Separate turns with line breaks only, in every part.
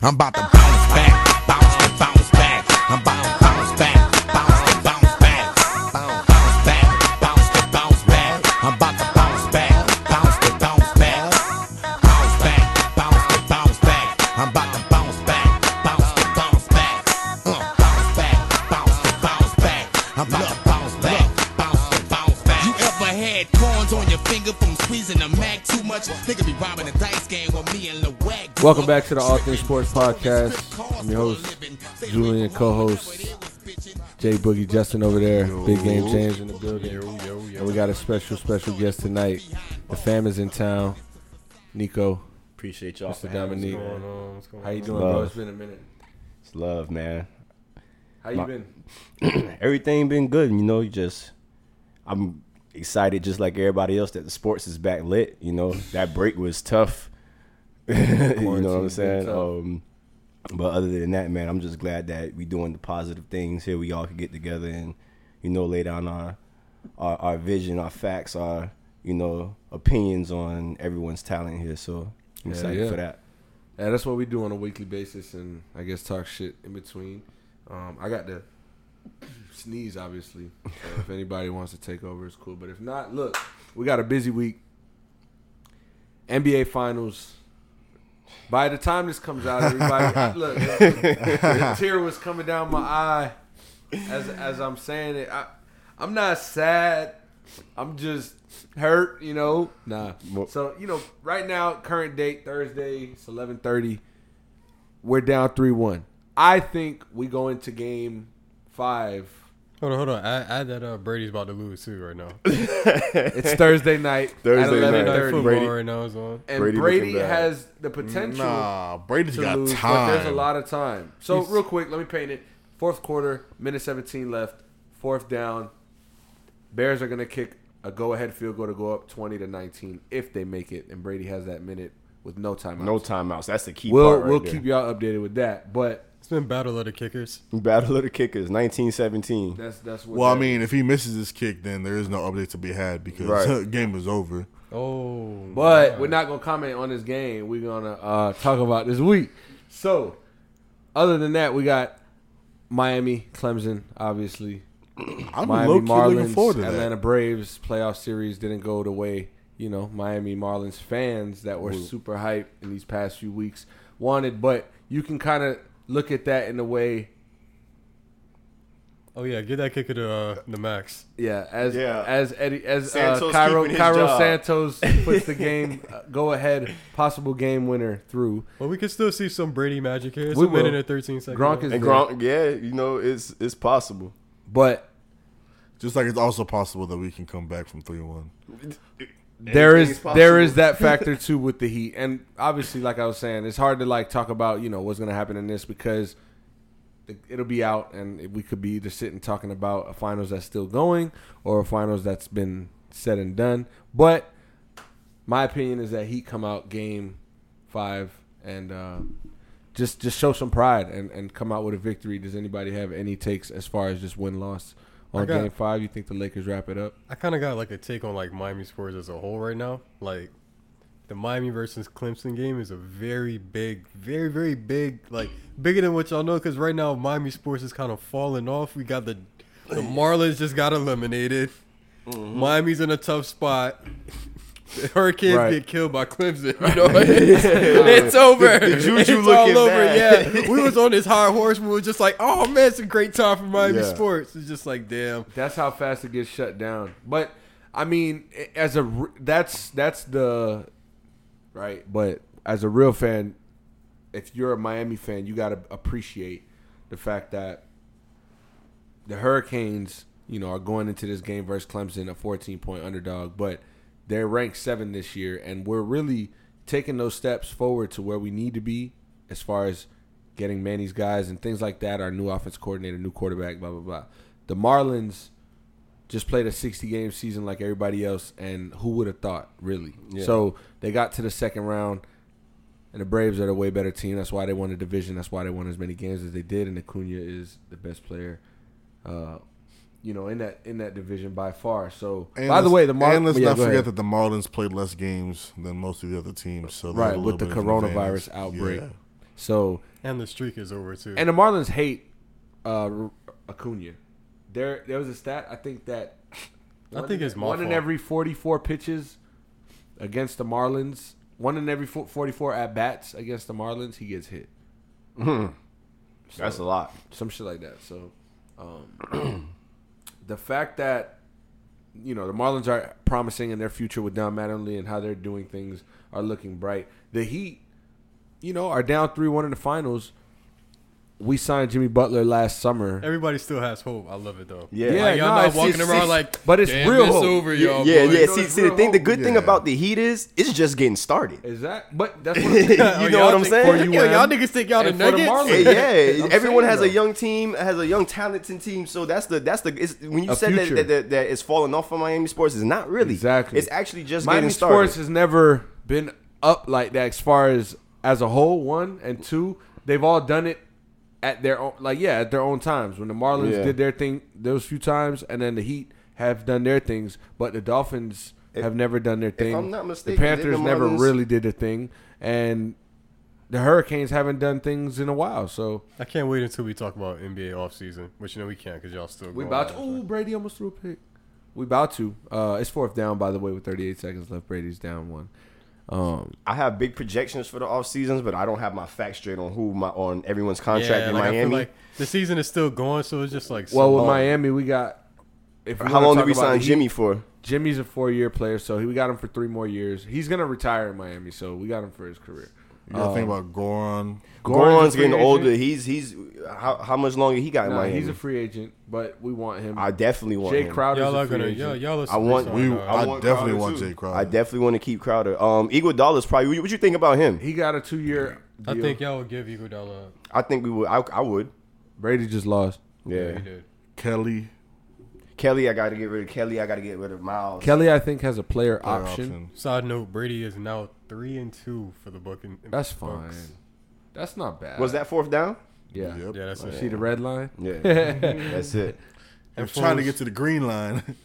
I'm about to bounce back, bounce to bounce back. I'm about to bounce back, bounce to bounce back. Bounce, bounce back, bounce to bounce back. I'm about to bounce back, bounce to bounce back. Bounce back, bounce to bounce back. I'm about to bounce back, bounce to bounce back. Uh, bounce back, bounce to bounce back. I'm about to bounce back, bounce to bounce back.
You ever had corns on your finger from squeezing the Mac too much? Nigga be robbing a dice game with me and Lil Wag.
Welcome back to the All Things Sports Podcast. I'm your host, Julian, co-host Jay Boogie Justin over there. Big game change in the building. And we got a special, special guest tonight. The fam is in town. Nico,
Appreciate y'all.
Mr.
for having us,
Dominique.
man.
How you doing, bro?
Love.
It's been a minute.
It's love, man.
How you
My-
been?
Everything been good, you know. You just, I'm excited, just like everybody else, that the sports is back lit. You know, that break was tough. you know what I'm
Quarantine's been
saying?
tough.
Um, but other than that, man, I'm just glad that we doing the positive things here. We all could get together and, you know, lay down our, our, our vision, our facts, our, you know, opinions on everyone's talent here. So
Yeah,
I'm excited
yeah.
for that.
Yeah, that's what we do on a weekly basis, and I guess talk shit in between. Um, I got to sneeze, obviously. So if anybody wants to take over, it's cool. But if not, look, we got a busy week. NBA Finals. By the time this comes out, everybody, look, look, the tear was coming down my eye as as I'm saying it. I, I'm not sad. I'm just hurt, you know. Nah.
Well-
So you know, right now, current date Thursday, it's 11:30. We're down three one. I think we go into game five.
Hold on, hold on. Add, add that up. Brady's about to lose too right now.
It's Thursday night.
Thursday
at
night.
11:30.
Sunday night football
Brady-
right now is on.
And Brady,
Brady looking bad.
has the potential
Nah, Brady's
to
got
lose,
time.
but there's a lot of time. So
He's-
real quick, let me paint it. Fourth quarter, minute 17 left, fourth down. Bears are gonna kick a go-ahead field goal to go up 20 to 19 if they make it, and Brady has that minute with no timeouts.
No timeouts. That's the key
We'll
part. Right
we'll
there.
keep y'all updated with that, but
It's been battle of the kickers.
Battle of the Kickers, 1917.
that's that's what.
Well, I
that-
mean, if he misses this kick, then there is no update to be had because the
Right.
game is over.
Oh,
But
my.
we're not gonna comment on this game. We're gonna uh, talk about this week. So, other than that, we got Miami, Clemson, obviously.
I'm
Miami
low key looking
Marlins,
forward to
Atlanta
that.
Braves playoff series didn't go the way you know Miami Marlins fans that were super hyped in these past few weeks wanted. But you can kind of look at that in a way,
Oh yeah, get that kicker to uh, the max.
yeah, as
Yeah.
as Eddie as uh,
Santos
Cairo
keeping his
Cairo
job.
Santos puts the game uh, go ahead possible game winner through.
Well, we can still see some Brady magic here. It's
We
a minute
will.
and thirteen seconds.
Gronk is
And
there,
Gronk, yeah, you know, it's it's possible.
but
Just like it's also possible that we can come back from 3 1.
there is
Anything's possible.
there is that factor too with the Heat, and obviously, like I was saying, it's hard to like talk about you know what's going to happen in this because the- it'll be out, and we could be either sitting talking about a finals that's still going or a finals that's been said and done. But my opinion is that Heat come out game five and uh, just just show some pride and and come out with a victory. Does anybody have any takes as far as just win loss on
I got-
game five? You think the Lakers wrap it up?
I kind of got like a take on like Miami sports as a whole right now. Like the Miami versus Clemson game is a very big, very very big, like bigger than what y'all know. Because right now Miami sports is kind of falling off. We got the the Marlins just got eliminated.
Mm-hmm.
Miami's in a tough spot. The Hurricanes
Right.
get killed by Clemson. You know, it's, it's over.
the juju
it's
looking
all over.
bad.
Yeah, we was on this high horse. We were just like, oh man, it's a great time for Miami
Yeah.
sports. It's just like, damn.
That's how fast it gets shut down. But I mean, as a r- that's that's the right. But as a real fan, if you're a Miami fan, you got to appreciate the fact that the Hurricanes, you know, are going into this game versus Clemson a 14 point underdog, but they're ranked seven this year, and we're really taking those steps forward to where we need to be as far as getting Manny's guys and things like that. Our new offense coordinator, new quarterback, blah blah blah. The Marlins just played a 60 game season like everybody else, and who would have thought, really? So they got to the second round. And the Braves are the way better team. That's why they won the division. That's why they won as many games as they did. And Acuna is the best player, uh, you know, in that in that division by far. So,
And
by the
let's-
way, the Marlins.
And let's not forget that the Marlins played less games than most of the other teams. So there's
right
a
with the
little bit of an
coronavirus
advantage.
outbreak.
Yeah.
So
And the streak is over too.
and the Marlins hate uh, Acuna. There, there was a stat I think that
I think it's my
one in
fault.
every forty-four pitches against the Marlins, one in every fo- forty-four at bats against the Marlins, he gets hit.
That's a lot.
some shit like that. So, um, the fact that you know the Marlins are promising in their future with Don Mattingly and how they're doing things are looking bright. The Heat, you know, are down three one in the finals. We signed Jimmy Butler last summer.
Everybody still has hope. I love it though.
Yeah.
Like, y'all
no,
not
it's-
walking
it's-
around
it's-
like,
but it's
Damn,
real
It's
hope.
over,
Yeah,
y'all.
yeah.
boys."
yeah.
No,
See,
it's
see, the
real
thing, the
hope.
good thing
Yeah.
about the Heat is it's just getting started.
Is that? But that's
you
what,
know
Oh,
what I'm
think-
saying?
for you-
Yo, y'all
UM
niggas think y'all the
and for the
Nuggets?
Marlins.
Hey, yeah,
I'm
everyone
saying,
has a
though.
young team, has a young talented team. So that's the that's the it's, when you
A
said that,
future.
that, that that it's falling off of Miami sports is not really
Exactly.
It's actually just
Miami
getting started.
sports has never been up like that as far as as a whole. One and two, they've all done it at their own, like yeah, at their own times. When the Marlins
Yeah.
did their thing those few times, and then the Heat have done their things, but the Dolphins have never done their thing.
I'm not mistaken,
the
they've
Panthers
been
never
Marlins-
really did their thing, and the Hurricanes haven't done things in a while. So
I can't wait until we talk about NBA offseason, which you know we can't because y'all still.
we
Oh,
going
about
at
to.
it.
Ooh, Brady almost threw a pick. We about to. Uh, it's fourth down, by the way, with 38 seconds left. Brady's down one. Um,
I have big projections for the off seasons, but I don't have my facts straight on who my on everyone's contract in
like, I feel
Miami.
like the season is still going, so it's just like
Well,
so-
with Miami, we got. If
uh, How long did we
sign
sign Jimmy for?
Jimmy's a four-year player, so he, we got him for three more years. He's gonna retire in Miami, so we got him for his career.
You gotta think about Goron.
Goron's
a free
getting
agent.
older. He's he's how, how much longer he got in
Nah,
Miami?
he's a free agent, but we want him.
I definitely want
Jay
him.
Crowder's
y'all
a
are
free
gonna y'all,
agent.
y'all are.
I want-
sleeping
We,
on, uh,
I
I,
want
definitely
Crowder,
want
too.
Jay Crowder.
I definitely want to keep Crowder. Um, Iguodala's probably. What, what you think about him?
He got a two-year.
I
deal.
think y'all would give Iguodala.
I think we would. I, I would.
Brady just lost.
Yeah,
Yeah.
he did.
Kelly
Kelly, I got to get rid of Kelly. I got to get rid of Miles.
Kelly, I think, has a player,
player
option.
option.
Side note: Brady is now three and two for the book. And,
That's fine.
Bucks.
That's not bad.
Was that fourth down?
Yeah.
Yep.
Yeah, that's
See
it.
the red line.
Yeah. That's it.
I'm
And
trying to
Foles-
get to the green line.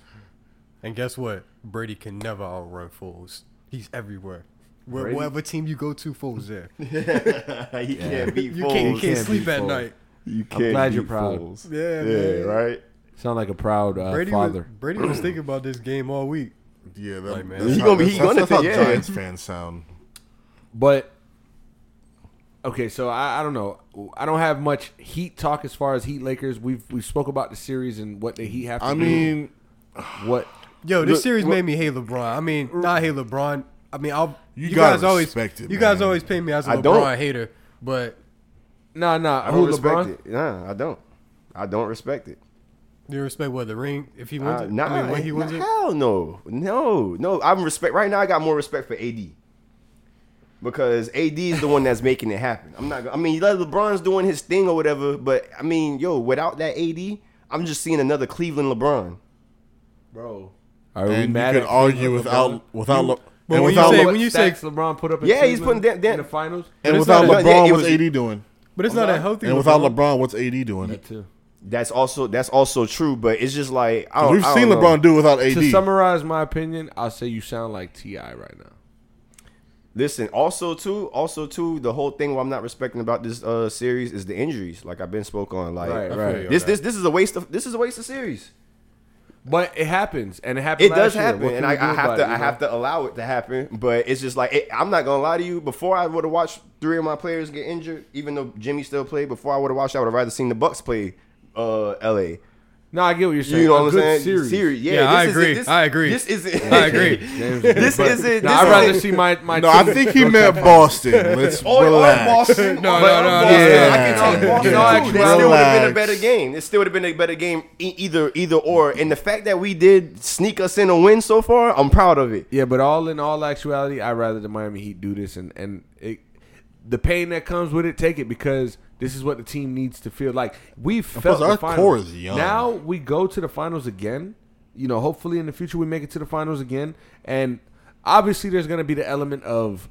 And guess what? Brady can never outrun Foles. He's everywhere. Where,
Brady-
whatever team you go to, Foles there.
he can't beat
You can't, you
Foles.
can't
can't
sleep
beat
at
Foles.
night.
You
I'm glad you're proud.
Foles.
Yeah,
Yeah,
man.
right?
Sound like a proud uh,
Brady was,
father.
Brady was thinking about this game all week.
Yeah, that,
Like, man.
that's
He
how-
gonna be-
that's-
he gonna
that's how
think, yeah.
Giants fans sound.
But okay, so I, I don't know. I don't have much Heat talk as far as Heat Lakers. We've we spoke about the series and what the Heat have. To
I
do.
mean,
what?
Yo, this
Look,
series
wh-
made me hate LeBron. I mean, not hate LeBron. I mean, I'll, you,
You
guys
gotta
always
respect it,
you guys
man.
always pay me as a
I
LeBron
don't.
hater, but
Nah, nah.
I
Who
don't respect
LeBron?
it. Nah, I don't. I don't respect it.
you respect what the ring if he wins
Uh,
it.
nah,
I mean, when he wins
nah,
it,
hell no, no, no. I'm respect right now. I got more respect for AD because AD is the one that's making it happen. I'm not. gonna- I mean, let LeBron's doing his thing or whatever, but I mean, yo, without that AD, I'm just seeing another Cleveland LeBron.
bro. Are we
and you
mad
could
at
argue
Cleveland
without
LeBron?
without Le,
But
and
when you
without
say-
Le,
when you
Stacks LeBron put up. In
Yeah, he's
Cleveland
putting that- that-
in the finals.
and
it's
without
not-
LeBron,
yeah, it
what's
was-
AD doing?
but it's not a healthy.
And without LeBron, what's AD doing?
That too.
That's also that's also true, but it's just like I don't,
We've
I
seen
don't know.
LeBron do without
To
AD.
summarize my opinion, I'll say you sound like Ti right now.
Listen, also too, also too, the whole thing what I'm not respecting about this uh series is the injuries. Like I've been spoke on, like
Right,
feel you.
right.
this this this is a waste of this is a waste of series.
But it happens, and it happened.
It
last
does
year.
happen,
What can
and
we
I,
do
I have
about
to
it, you
I
know?
have to allow it to happen. But it's just like it, I'm not gonna lie to you. Before I would have watched three of my players get injured, even though Jimmy still played. Before I would have watched, I would have rather seen the Bucks play uh L.A.
No, I get what you're saying.
You know what
A
I'm
good
saying?
Series.
yeah.
Yeah, I
isn't-
agree. I agree.
This isn't.
I agree.
James,
This
but-
isn't-
Nah,
this
I'd rather
isn't-
see my my.
no, I
team
think he meant Boston. Let's
Or, or
relax.
Boston.
No,
or
no, no,
Boston.
yeah.
I can talk
Yeah.
Boston
Yeah.
too. It still would have been a
Relax.
better game. It still would have been a better game e- either either or. And the fact that we did sneak us in a win so far, I'm proud of it.
Yeah, but all in all actuality, I'd rather the Miami Heat do this and and it, the pain that comes with it, take it because this is what the team needs to feel like. We've felt
plus,
the
our
finals.
core is young.
Now we go to the finals again. You know, hopefully in the future we make it to the finals again. And obviously there's gonna be the element of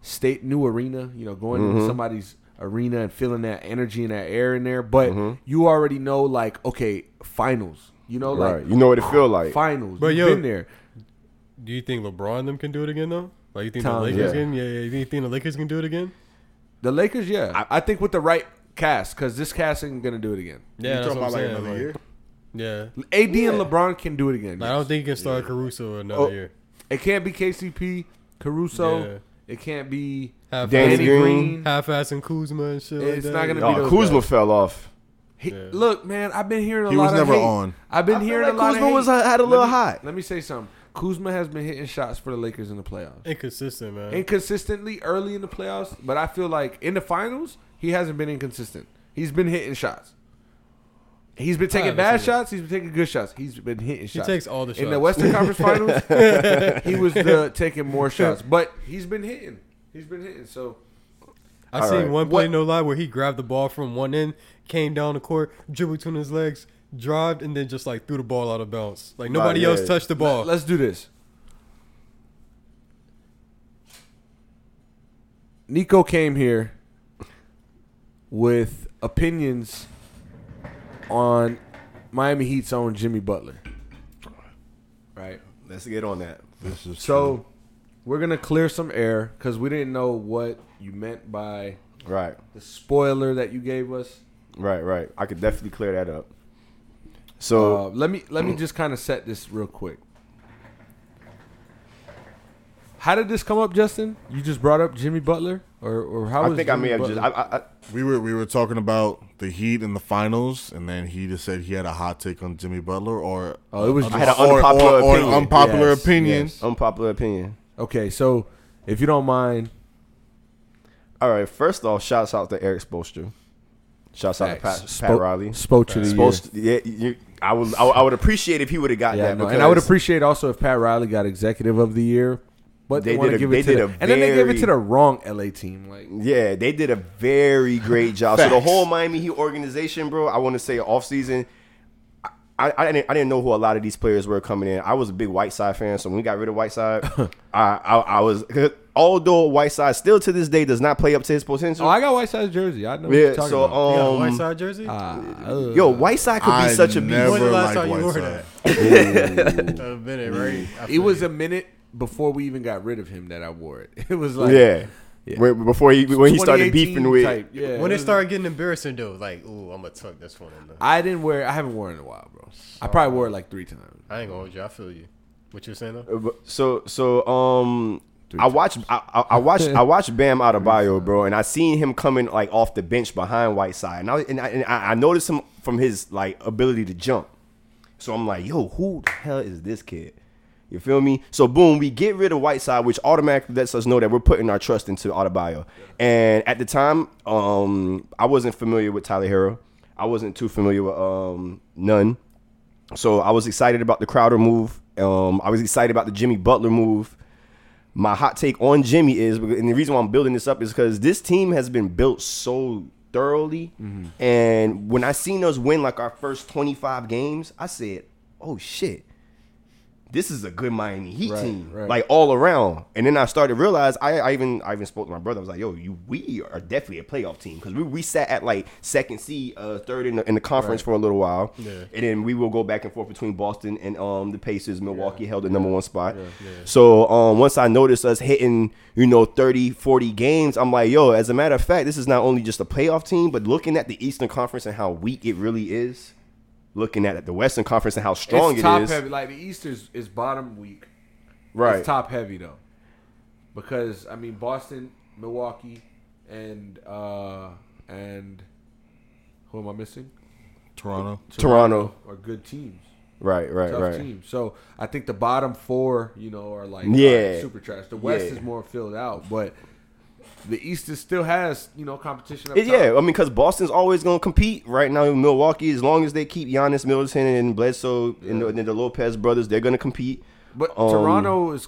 state new arena, you know, going into somebody's arena and feeling that energy and that air in there. But you already know like, okay, finals. You know, like
Right. You know what it feel like.
finals.
But
But You've
yo-
been there.
Do you think LeBron and them can do it again though? Like you think
Tom,
the Lakers
yeah.
can? Yeah, yeah. You think the Lakers can do it again?
The Lakers, yeah, I, think with the right cast, because this cast ain't gonna do it again.
Yeah, that's
talking
what I'm
about like
saying,
another
like,
year?
Yeah.
AD and LeBron can do it again.
Like, I don't think you can start Caruso another
Oh,
year.
It can't be KCP, Caruso.
Yeah.
It can't be
Half
Danny
Danny
Green.
Green.
half-ass and Kuzma and shit.
It's
like
not
that.
gonna be
No,
those
Kuzma
guys.
fell off.
He-
Yeah.
Look, man, I've been hearing a
He
lot
was
of
never
hate.
on.
I've been
I feel
hearing
like
a lot
Kuzma
of
was-
hate.
had a
Let
little
me-
hot.
Let me say something. Kuzma has been hitting shots for the Lakers in the playoffs.
inconsistent, man.
inconsistently early in the playoffs, but I feel like in the finals he hasn't been inconsistent. He's been hitting shots. He's been taking
haven't
bad
seen it.
shots. He's been taking good shots. He's been hitting shots.
takes all the
in the
shots.
Western Conference Finals. he was the, taking more shots, but he's been hitting. He's been hitting. So
I
All
seen
right.
one play,
What-
no lie, where he grabbed the ball from one end, came down the court, dribbled between his legs, drived, and then just like threw the ball out of bounds. Like nobody
yeah.
else touched the ball.
let's do this. Nico came here with opinions on Miami Heat's own Jimmy Butler. Right.
Let's get on that.
This is
So we're gonna clear some air because we didn't know what you meant by
Right,
the spoiler that you gave us.
right, right. I could definitely clear that up.
Uh,
So
let me let me just kind of set this real quick. How did this come up, Justin? You just brought up Jimmy Butler, or or how?
I
was
think I may
Jimmy
have just. I,
Butler-
I, I,
We were we were talking about the Heat in the finals, and then he just said he had a hot take on Jimmy Butler, or
oh, it was.
I had an
just-
Or-
unpopular
or- or an
opinion.
unpopular
Yes,
opinion.
yes. Unpopular opinion.
okay, so if you don't mind,
All right. First off, shouts out to Eric Spoelstra. Shouts out to Pat,
Spo-
Pat Riley.
spoke to the year.
Spoelstra. Yeah, you, I would. I, would- I would appreciate if he would have got
Yeah,
that.
no,
because
and I would appreciate also if Pat Riley got Executive of the Year, but they,
They
want
did
to
a-
give
they
it to
did
the,
a
and then they gave it to
very-
the wrong LA team. Like
Yeah, they did a very great job. so the
Facts.
whole Miami Heat organization, bro, I want to say off season, I, I didn't I didn't know who a lot of these players were coming in. I was a big Whiteside fan, so when we got rid of Whiteside, I, I I was although Whiteside still to this day does not play up to his potential.
Oh, I got White Side's jersey. I know.
yeah,
what you're
so
talking
You got a
um,
white side jersey.
ah. about.
yo, Whiteside could be
I
such a
never
When
beast.
was the last
liked
time you wore
Whiteside.
I've been it right. I
Mm. it
feel
was
you.
a minute before we even got rid of him that I wore it. It was like
Yeah. When- Before he when he
2018
started beefing with
type, Yeah,
when
it
it
was-
started getting embarrassing though, like, ooh, I'm gonna tuck this one in. Though.
I didn't wear. I haven't worn it in a while, bro. I probably wore it like three times.
I ain't gonna hold you. I feel you. What you're saying though?
But- So so um I watched I, I, I watched I watched Bam Adebayo, bro, and I seen him coming like off the bench behind Whiteside, and I and I, and I I noticed him from his like ability to jump. So I'm like, yo, who the hell is this kid? You feel me? So boom, we get rid of Whiteside, which automatically lets us know that we're putting our trust into Adebayo. And at the time, um, I wasn't familiar with Tyler Hero. I wasn't too familiar with um none. So I was excited about the Crowder move. Um, I was excited about the Jimmy Butler move. My hot take on Jimmy is, and the reason why I'm building this up is because this team has been built so thoroughly.
Mm-hmm.
And when I seen us win like our first 25 games, I said, "Oh shit, this is a good Miami Heat
Right,
team,
right.
like all around." And then I started to realize, I, I even I even spoke to my brother. I was like, "Yo, you, we are definitely a playoff team because we we sat at like second seed, uh, third in the, in the conference for a little while, and then we will go back and forth between Boston and um the Pacers. Milwaukee held the number one spot. So um once I noticed us hitting you know 30, 40 games, I'm like, yo. As a matter of fact, this is not only just a playoff team, but looking at the Eastern Conference and how weak it really is, looking at the Western Conference and how strong
it's
it
top
is,
heavy. Like the East is, is bottom weak.
right?
It's top heavy though, because I mean Boston, Milwaukee, and uh and who am I missing?
Toronto.
Toronto.
are good teams.
right, right,
tough
right.
team. So I think the bottom four, you know, are like
Yeah.
alright, super trash. The West
Yeah.
is more filled out, but the East is still has you know competition. Up
It-
top.
yeah, I mean, because Boston's always going to compete right now in Milwaukee. As long as they keep Giannis, Middleton, and Bledsoe, and, the, and the Lopez brothers, they're going to compete.
But
Um,
Toronto is,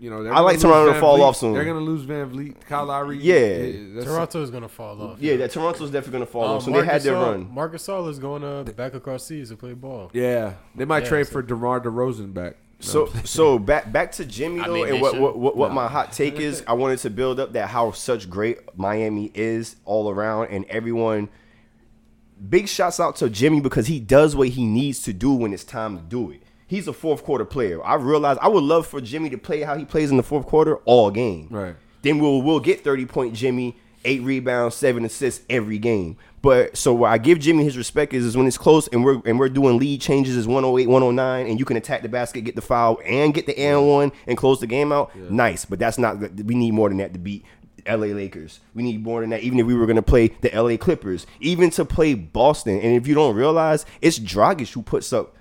you know, they're
I
gonna
like
lose
Toronto to
Van
fall
Vliet.
off soon.
They're gonna lose Van Vliet, Kyle Lowry.
Yeah.
that's-
Toronto is gonna fall off.
Yeah, that Toronto's definitely going to fall
Um,
off. So they had their
Gasol-
run.
Marc Gasol is going to back across seas to play ball.
yeah. They might
Yeah,
trade
so-
for DeMar DeRozan back.
So, so back back to Jimmy
I
though,
mean,
and
they
what
should-
what, what, what my hot take is, I wanted to build up that how such great Miami is all around, and everyone. Big shouts out to Jimmy because he does what he needs to do when it's time to do it. He's a fourth quarter player. I realize I would love for Jimmy to play how he plays in the fourth quarter all game.
Right.
Then we'll we'll get thirty point Jimmy eight rebounds, seven assists every game. But so where I give Jimmy his respect is, is when it's close and we're and we're doing lead changes oh is 108, 109, and you can attack the basket, get the foul, and get the and one and close the game out. Nice, but that's not. We need more than that to beat LA Lakers. We need more than that. Even if we were going to play the LA Clippers, even to play Boston, and if you don't realize, it's Dragic who puts up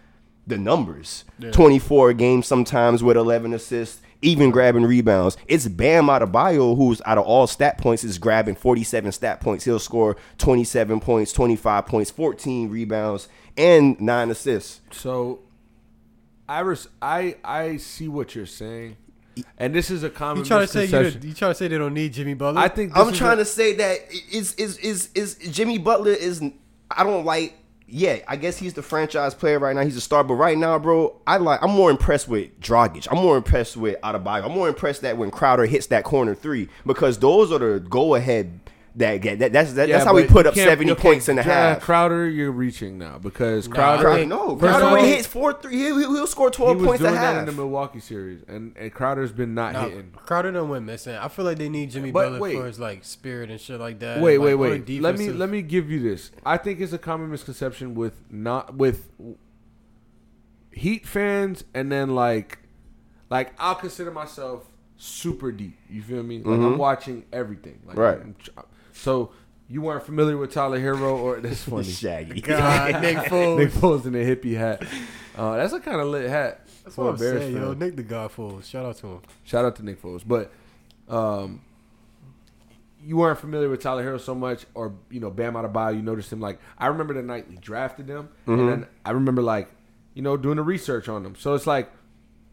the numbers. 24 games sometimes with 11 assists, even grabbing rebounds. It's Bam Adebayo who's out of all stat points is grabbing 47 stat points. He'll score 27 points, 25 points, 14 rebounds, and nine assists.
So, I res- I I see what you're saying, and this is a common
You trying to say you,
misconception.
don't- you trying to say they don't need Jimmy Butler?
I think this
I'm
is
trying
a-
to say that is is is is Jimmy Butler is I don't like yeah, I guess he's the franchise player right now. He's a star, but right now, bro, I like I'm more impressed with Dragic. I'm more impressed with Adebayo. I'm more impressed that when Crowder hits that corner three because those are the go ahead that get that, that's that,
Yeah,
that's how we
but
put
you
up
can't-
70
okay,
points in a
yeah,
half.
Crowder, you're reaching now because Crowder,
Crowder, no,
First
Crowder
of
when
all,
he hits four three, he, he'll score
he
12
was
points
doing
a
that in
half.
the Milwaukee series, and and Crowder's been not
Nah,
hitting.
Uh, Crowder done went missing. I feel like they need Jimmy
But
Butler
wait.
for his like spirit and shit like that.
Wait,
and,
wait,
like,
wait.
more
Let me
defensive-
let me give you this. I think it's a common misconception with not with Heat fans, and then like, like I'll consider myself super deep. You feel me? Like
Mm-hmm.
I'm watching everything. Like,
Right.
I'm tr- so you weren't familiar with Tyler Hero, or that's funny.
Shaggy.
God, Nick
Nick
Foles.
Foles in a hippie hat. Uh, that's a kind of lit hat
That's
for
what
a
I'm
Bears
saying,
fan.
yo. Nick the God Foles. Shout out to him.
Shout out to Nick Foles. But um, you weren't familiar with Tyler Hero so much, or you know Bam Adebayo. You noticed him like I remember the night we drafted him,
Mm-hmm.
and then I remember like you know doing the research on them. So it's like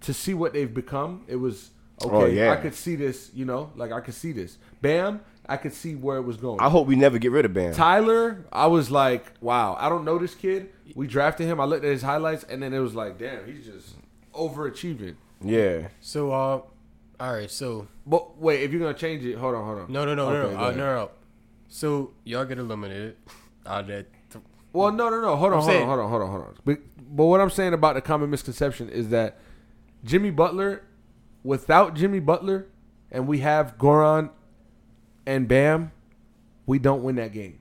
to see what they've become. It was okay.
Oh, yeah.
I could see this. You know, like I could see this. Bam, I could see where it was going.
I hope we never get rid of Bam.
Tyler, I was like, wow, I don't know this kid. We drafted him. I looked at his highlights, and then it was like, damn, he's just overachieving.
Yeah.
So, uh, all right. So,
But wait, if you're gonna change it, hold on, hold on.
no, no, no,
Okay,
no,
go
no, uh,
ahead.
no, no. So y'all get eliminated. Out of that. th-
Well, no, no, no. Hold on,
I'm
hold on,
saying-
hold on, hold on, hold on. But, but what I'm saying about the common misconception is that Jimmy Butler, without Jimmy Butler, and we have Goron and Bam, we don't win that game.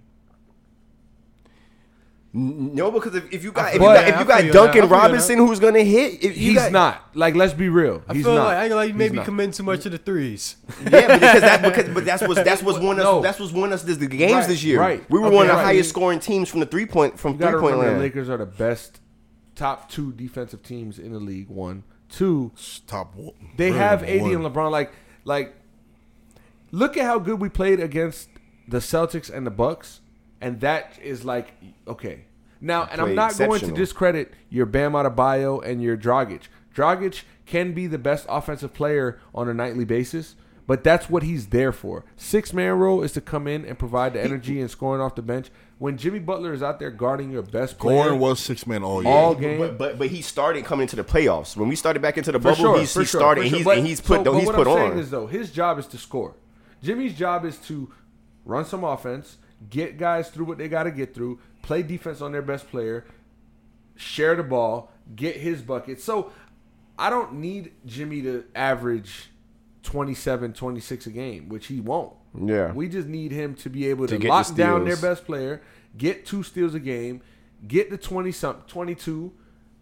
No, because if, if you got if you
But-
got, if
I
you
feel
got
you, I
Duncan
feel you,
Robinson who's gonna hit, if you
He's
got,
not. Like, let's be real.
I
He's
feel
not.
like I feel like you
He's
maybe
not.
committing too much to the threes.
Yeah, because that because but that's what's that's what's won us
No.
that's what's won us this, the games
Right,
this year.
right.
We were
Okay,
one of the
right.
highest scoring teams from the three point from
You
three
gotta
point
remember
land.
the Lakers are the best top two defensive teams in the league. One, two.
Top. wa-
They
really
have
number
AD
one.
and LeBron. Like, like, look at how good we played against the Celtics and the Bucks, and that is like okay. Now, and I'm
Played
not going to
exceptional.
discredit your Bam Adebayo and your Dragic. Dragic can be the best offensive player on a nightly basis, but that's what he's there for. Six man role is to come in and provide the energy and scoring off the bench. When Jimmy Butler is out there guarding your best player,
Goran was six man all year.
all game.
But, but but he started coming into the playoffs when we started back into the
For
bubble.
sure,
he's,
for
he
sure,
started
for
and
sure.
he's
But-
and he's put
so- but
he's
what
put
I'm
on.
Saying is though his job is to score. Jimmy's job is to run some offense, get guys through what they got to get through, play defense on their best player, share the ball, get his bucket. So I don't need Jimmy to average 27, 26 a game, which he won't.
Yeah.
We just need him to be able to,
get the
lock down their
steals.
best player, get two steals a game, get the 20 some 22,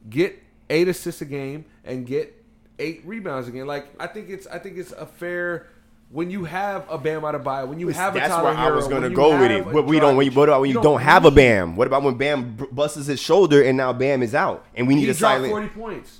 get eight assists a game and get eight rebounds a game. Like I think it's I think it's a fair when you have a Bam Adebayo, when you have a
That's
Tyler
where I
Hero,
was going to
when you
go with
have
it.
a
What we don't, when you,
Dragic,
what about when you, don't,
need-
have a Bam? What about when Bam b- busts his shoulder and now Bam is out and we need
He
a
dropped
silent
40 points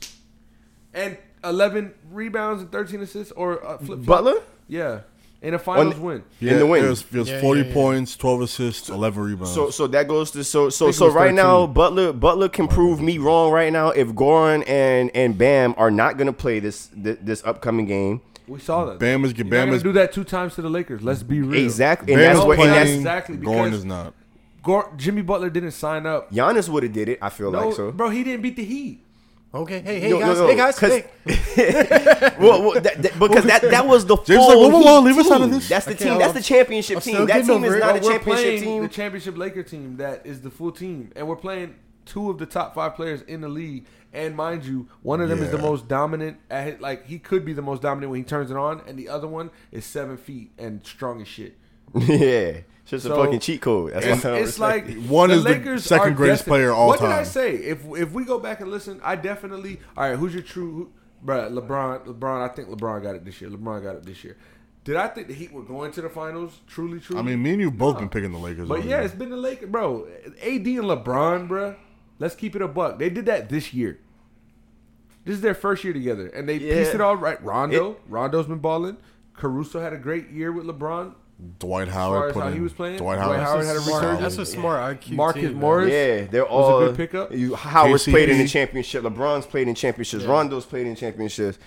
and 11 rebounds and 13 assists or uh, flip
Butler?
Yeah, in a finals
On-
win.
Yeah,
in the win.
It was, it was
Yeah,
forty
yeah, yeah.
points, twelve assists, eleven rebounds.
So so that goes to so so
think it
so
was
right now
13.
Butler Butler can prove me wrong right now if Goran and and Bam are not going to play this thi- this upcoming game.
We saw that.
Bam is-
You're not
Bam
gonna
is-
do that two times to the Lakers. Let's be real.
Exactly. And
Bam
that's
is
what
playing,
and that's
exactly,
Goran
because-
is not.
Gor- Jimmy Butler didn't sign up.
Giannis would have did it, I feel
No,
like so.
bro, he didn't beat the Heat.
Okay. Hey, hey
No, no,
guys.
no,
Hey guys.
'cause-
Hey.
well, well, that, that- because that that was the full
James like, whoa, whoa, whoa,
Heat
leave us out of
team.
this.
That's the
I
team.
can't-
That's the championship
I'm
team.
still
That
getting
team is
over it.
not a
But
We're
championship
playing the
team.
championship Laker team that is the full team, and we're playing two of the top five players in the league. And mind you, one of them is the
Yeah.
most dominant. At his, like he could be the most dominant when he turns it on, and the other one is seven feet and strong as shit.
yeah, just
So-
a fucking cheat code. That's
It's,
what I'm
it's
saying.
like
One
the
is the
Lakers
second
are
greatest
destined-
player all
what did I
time.
say? If if we go back and listen, I definitely all right. Who's your true, who, bro? LeBron. LeBron. I think LeBron got it this year. LeBron got it this year. Did I think the Heat were going to the finals? Truly, truly.
I mean, me and you both been picking the Lakers.
but
over
yeah,
you.
it's been the Lakers, bro. AD and LeBron, bro. Let's keep it a buck. They did that this year. This is their first year together, and they
Yeah.
pieced it all right. Rondo, Rondo's been balling. Caruso had a great year with LeBron.
Dwight
far
Howard
as
put
how
in.
he was playing,
Dwight
Dwight
Howard,
Howard had a
Smart-
resurgence.
That's a smart IQ.
Marcus
team, man.
Morris.
Yeah, they're
was a
all
good pickup.
You, Howard's
KCP.
played in the championship. LeBron's played in championships. Rondo's played in championships.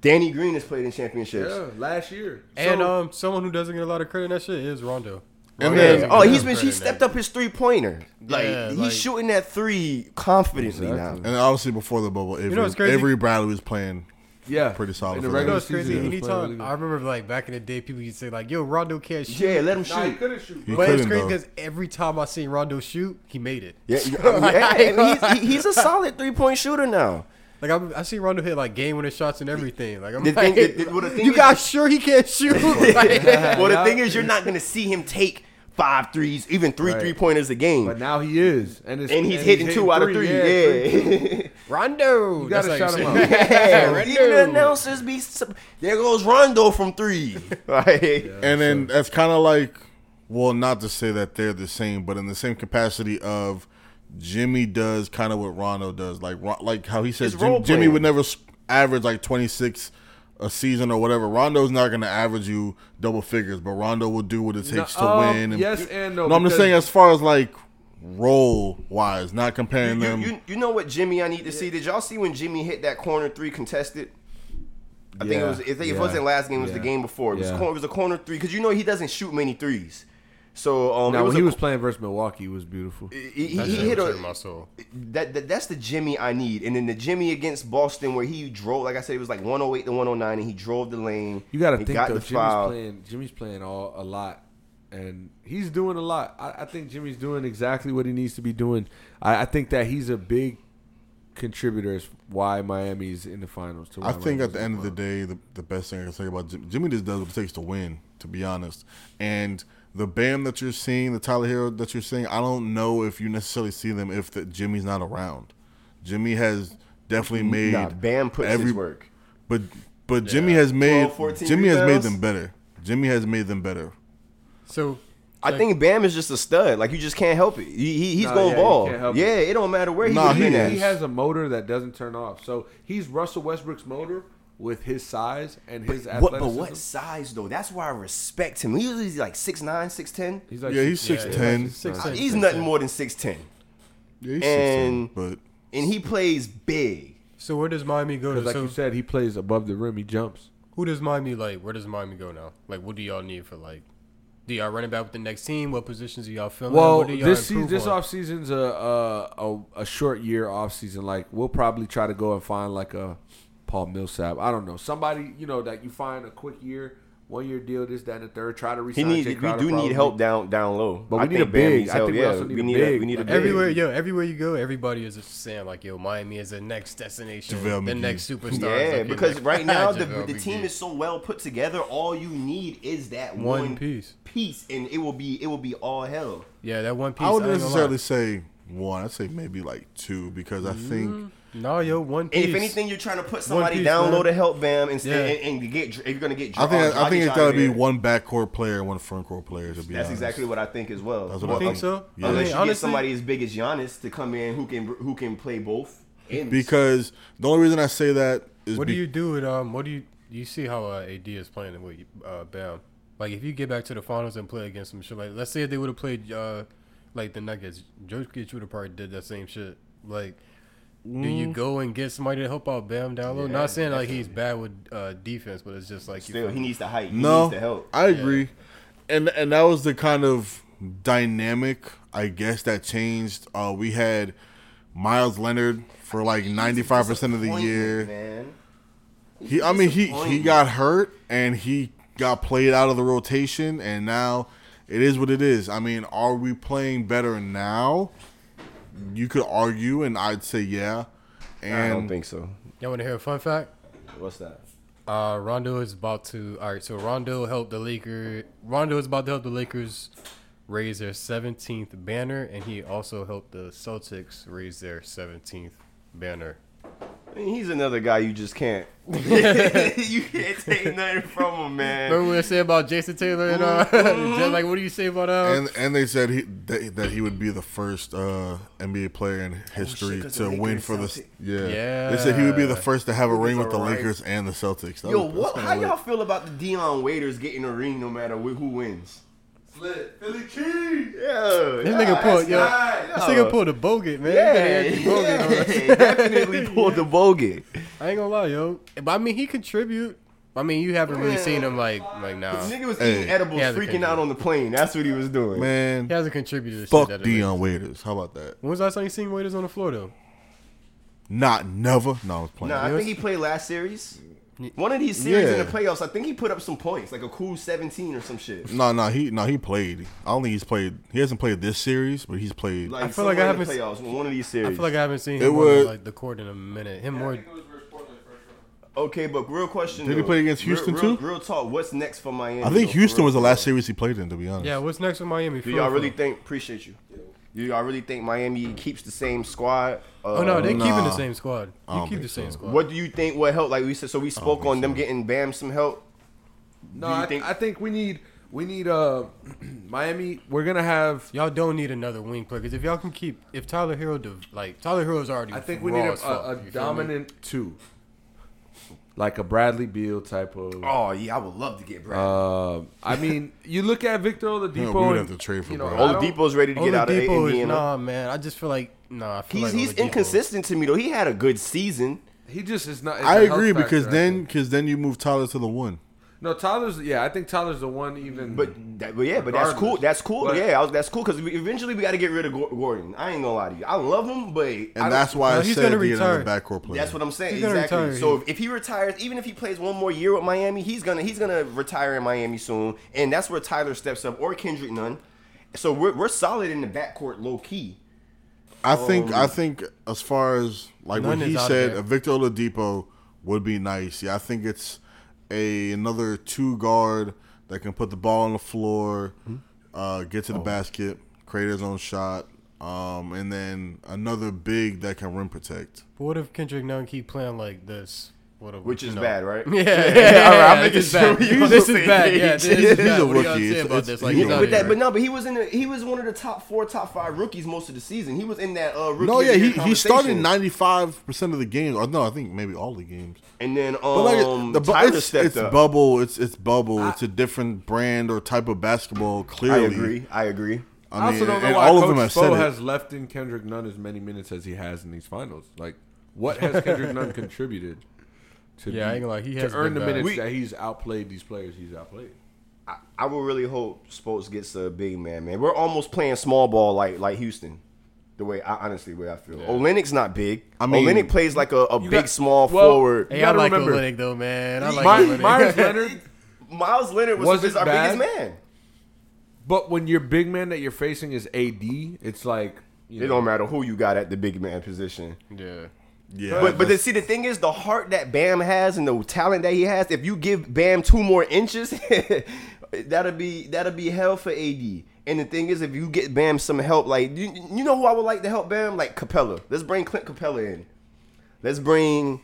Danny Green has played in championships.
Yeah, last year.
And
So-
um, someone who doesn't get a lot of credit in that shit is Rondo.
And
Rondo
then-
doesn't
oh,
get a
he's
lot
been
of
he
credit in
stepped
that.
up his three pointer. Like
Yeah,
he's
like-
shooting that three confidently now.
And obviously before the bubble, Avery,
know what's crazy?
Avery Bradley was playing.
Yeah,
Pretty solid
In the
for
You know
regular
what's
season,
crazy?
he was playing
Anytime
really
I remember, like back in the day, people used to say like, "Yo, Rondo can't shoot."
Yeah, let him
good. Nah, he
shoot.
couldn't shoot.
He
But it's
couldn't,
crazy
though.
because every time I seen Rondo shoot, he made it.
Yeah, you- I mean, yeah, and he's, he's a solid three point shooter now.
Like I, I see Rondo hit like game winning shots and everything. Like I'm
The
like,
thing- the- the- well, the thing
you
is-
guys sure he can't shoot? Like,
well, the thing is, you're not gonna see him take five threes, even three
Right.
three pointers a game,
But now he is, and it's,
and he's hitting two out of three. yeah.
Rondo,
You gotta
That's
shout
how
him
say
out.
it.
Yeah,
Rondo.
even the announcers be. sup- There goes Rondo from three. Like,
And then that's kind of like, well, not to say that they're the same, but in the same capacity of Jimmy does kind of what Rondo does, like Ron- like how he says
He's role
Jim, Jimmy
playing.
would never s- average like twenty six a season or whatever. Rondo's not going to average you double figures, but Rondo will do what it takes to
um,
win.
yes and no,
I'm just
because-
saying as far as like role wise, not comparing
you,
them.
you, you know what Jimmy I need to see? Did y'all see when Jimmy hit that corner three contested? I think it
Yeah,
was. I think it
yeah,
wasn't last game. It was the
yeah,
game before. It was,
yeah.
cor- it was a corner three because you know he doesn't shoot many threes. So um, it
Now when
a-
he was playing versus Milwaukee, it was beautiful.
he, he-
That
he
shit
hit
was hurting
a
my soul.
that, that that's the Jimmy I need, and then the Jimmy against Boston where he drove. Like I said, it was like 108 to 109, and he drove the lane.
You got to
and
think
got
though.
the
Jimmy's
foul.
playing. Jimmy's playing all a lot, and he's doing a lot. I, I think Jimmy's doing exactly what he needs to be doing. I, I think that he's a big contributor as why Miami's in the finals. To why
I think
Miami's
at the
in
end of the day, the, the best thing I can say about Jim, Jimmy just does what it takes to win, to be honest. And the Bam that you're seeing, the Tyler Hero that you're seeing, I don't know if you necessarily see them if the, Jimmy's not around. Jimmy has definitely made
Nah, Bam puts
every-
his work.
but but Jimmy has made
12, 14
Jimmy has made
rebounds?
them better. Jimmy has made them better.
So
I
Like-
think Bam is just a stud. Like you just can't help it. He, he, he's
Nah,
going
yeah, you
ball.
can't help it.
yeah, it. don't matter where he's
Nah,
been
he
at.
is.
He has a motor that doesn't turn off. So he's Russell Westbrook's motor with his size and his
What,
athleticism.
but what size though? That's why I respect him. He Usually he's like six nine, six ten. Uh,
He's like
Yeah, he's
six-
six ten. Yeah,
six, six,
He's
six,
nothing
six.
more than six ten,
he's
And-
6'10", but
and he plays big.
So where does Miami go?
'Cause
To?
Like
So
you said, he plays above the rim. He jumps.
who does Miami like? Where does Miami go now? Like what do y'all need for like? Do y'all running back with the next team? What positions do y'all fill? in?
Well,
What do y'all
this season,
improve
this
on?
off season's a, a a a short year off season. Like we'll probably try to go and find like a Paul Millsap. I don't know somebody you know that you find a quick year, one year deal, this that and the third. Try to
He
resign.
needs.
Jay
We do
Crowder
need
probably.
help down down low.
But we
I
need
think
a
Bam
big.
needs
I
help.
think we
yeah,
also need
we
a
need
big.
A, we need a big.
Everywhere, yo, everywhere you go, everybody is just saying like, yo, Miami is the next destination,
JaVale
the
McGee.
next superstar.
Yeah,
Like,
because
like,
right now the,
JaVale
the team
McGee.
is so well put together. All you need is that
One
one,
piece.
piece, and it will be it will be all hell.
yeah that one piece.
I wouldn't
ain't gonna
necessarily
lie.
say one. I'd say maybe like two because I think
No, yo, one
And
piece.
if anything, you're trying to put somebody
piece,
down
man.
low to help Bam, and,
Yeah.
and, and you get if you're gonna get.
I think I,
Dragic
think
out
it's gotta
of
be
there.
one backcourt player, and one frontcourt player. To be
That's
honest.
exactly what I think as well.
That's what
You
I
think
think.
so?
Yeah.
I mean,
Unless you
honestly-
get somebody as big as Giannis to come in who can who can play both. ends.
Because the only reason I say that is
what
be-
do you do with um? What do you you see how uh, AD is playing with uh, Bam? Like if you get back to the finals and play against some shit like let's say if they would have played uh like the Nuggets, Jokic would have probably did that same shit. Like, do
Mm.
you go and get somebody to help out Bam down low? Not saying like he's bad with uh defense, but it's just like you
still he needs the height. He
no,
needs the help.
I agree, and and that was the kind of dynamic I guess that changed. Uh, we had Miles Leonard for like ninety five percent of the year.
man.
He, I mean, he he got hurt and he got played out of the rotation, and now it is what it is. I mean, are we playing better now? You could argue, and I'd say yeah. And
I don't think so.
Y'all want to hear a fun fact?
What's that?
Uh, Rondo is about to. All right, so Rondo helped the Lakers. Rondo is about to help the Lakers raise their 17th banner, and he also helped the Celtics raise their 17th banner.
I mean, he's another guy you just can't. you can't take nothing from him, man.
Remember what I said about Jason Taylor and uh, Jet, like what do you say about uh?
And and they said he that, that he would be the first uh, NBA player in history
Oh, 'cause
to
the
win
Lakers
for the
Celtic.
yeah. They said he would be
Yeah.
the first to have a ring with the
are right.
Lakers and the Celtics. That
Yo,
was-
what?
that's
How
kinda
y'all
lit.
feel about the Dion Waiters getting a ring no matter wh- who wins? Philly Key. Yeah.
This nigga pulled, yo, this nigga pulled a bogut, man. Yeah,
Yeah, yeah, definitely pulled the bogey.
I ain't gonna lie, yo. But I mean, he contribute. I mean, you haven't really seen him like like now.
This
Nah.
nigga was
Hey.
eating edibles,
Yeah, the
freaking
country.
out on the plane. That's what he was doing.
man.
He hasn't contributed. to shit
Fuck
that it-
Dion Waiters. How about that?
When was the last time you seen Waiters on the floor though?
Not never. No, I was playing.
Nah, I
Yes.
think he played last series. One of these series
Yeah.
in the playoffs, I think he put up some points, like a cool 17 or some shit.
No, no, he no, he played. I don't think he's played. He hasn't played this series, but he's played.
Like, I
feel like I
in the
haven't
playoffs, one of these series.
I feel like I haven't seen
It
him
would-
on like the court in a minute. Him more.
Okay, but real question.
Did he
though.
play against
Real-
Houston,
real,
too?
Real talk. What's next for Miami?
I think
though, for
Houston
real,
was the
for
last
real?
series he played in. To be honest,
Yeah, what's next with Miami?
Do y'all really think? Appreciate you. Do y'all really think Miami keeps the same squad? Uh,
Oh no, they keeping
Nah.
the same squad.
I
You
don't
keep the
think
same
so.
squad.
What do you think? What help? Like we said, so we spoke on them getting Bam some help.
No,
Do you
I
think-
think, I think we need we need uh Miami. We're gonna have.
Y'all don't need another wing player because if y'all can keep, if Tyler Hero, dev- like Tyler Hero's already,
I think we
raw
need
as
a, a,
fuck,
a
you feel me?
dominant two, like a Bradley Beal type of.
Oh yeah, I would love to get Brad.
Um, I mean, you look at Victor
Yeah,
Oladipo.
we would
and,
have to trade for
you know,
Bradley.
I don't-
Oladipo's ready to get out of
Uh, Oladipo is
Indiana.
nah, man. I just feel like nah. I feel
he's
like
he's
Oladipo-
inconsistent to me though. He had a good season.
He just is not. it's
I
a health
agree
factor,
because
I
then
think.
because then you move Tyler to the one.
no, Tyler's. Yeah, I think Tyler's the one. Even
But, that, but yeah, but that's cool.
Regardless.
That's cool.
But-
yeah, I was, that's cool because we, eventually we got to get rid of Gor- Gordon. I ain't gonna lie to you. I love him, but
And
I don't-
that's why
No,
I
he's
said
gonna
he had another
retire.
backcourt player.
That's what I'm saying.
He's gonna
Exactly.
retire.
So if, if he retires, even if he plays one more year with Miami, he's gonna he's gonna retire in Miami soon, and that's where Tyler steps up or Kendrick Nunn. So we're, we're solid in the backcourt, low key.
I think I think as far as like
None
what
is
he
out of
said,
there.
a Victor Oladipo would be nice. Yeah, I think it's a another two guard that can put the ball on the floor,
Hmm?
uh, get to
Oh.
the basket, create his own shot, um, and then another big that can rim protect.
But what if Kendrick Nunn keep playing like this? What a,
Which
you
is
know.
bad, right? all
Yeah,
right, I'm making
this is
sure
bad.
we on
This
the
is
same
bad. Yeah, this
page.
is
He's
bad.
a
What do y'all say
rookie. It's-
about
it's-
this? Like,
he's
he's
a
out
But
rookie.
here.
that, but no, but he was in the, he was one of the top four, top five rookies most of the season. He was in that uh, rookie.
No,
of
yeah,
the year
he, he started
conversation.
ninety five percent of the games, or no, I think maybe all the games.
and then um,
But like the bu-
Tyler
it's,
stepped
it's
up.
bubble, it's it's bubble, it's a different brand or type of basketball.
I
Clearly,
agree. I agree.
I,
I also
mean,
don't know
and
why
all
Coach
of them have
Spo
said it.
has left in Kendrick Nunn as many minutes as he has in these finals. Like, what has Kendrick Nunn contributed to
Yeah, I
be-
ain't gonna lie, he
to
has
earn the
been bad.
minutes
We-
that he's outplayed these players? He's outplayed.
I, I would really hope Spokes gets a big man, man. We're almost playing small ball like like Houston. The way I honestly the way I feel. Olenek's not big. I
I mean-
Olenick plays like a, a big
got-
small
well-
forward.
Hey,
You
I
gotta
like
remember-
Olenek though, man. I like
My,
Olenek.
Myers Leonard,
Miles Leonard was,
Wasn't
was our
bad.
biggest man.
but when your big man that you're facing is AD, it's like you
It
know,
don't matter who you got at the big man position.
yeah.
Yeah,
But but
that's-
then, see the thing is the heart that Bam has and the talent that he has. If you give Bam two more inches, that'll be that'll be hell for AD. And the thing is, if you get Bam some help, like you, you know who I would like to help Bam, like Capella. Let's bring Clint Capella in. Let's bring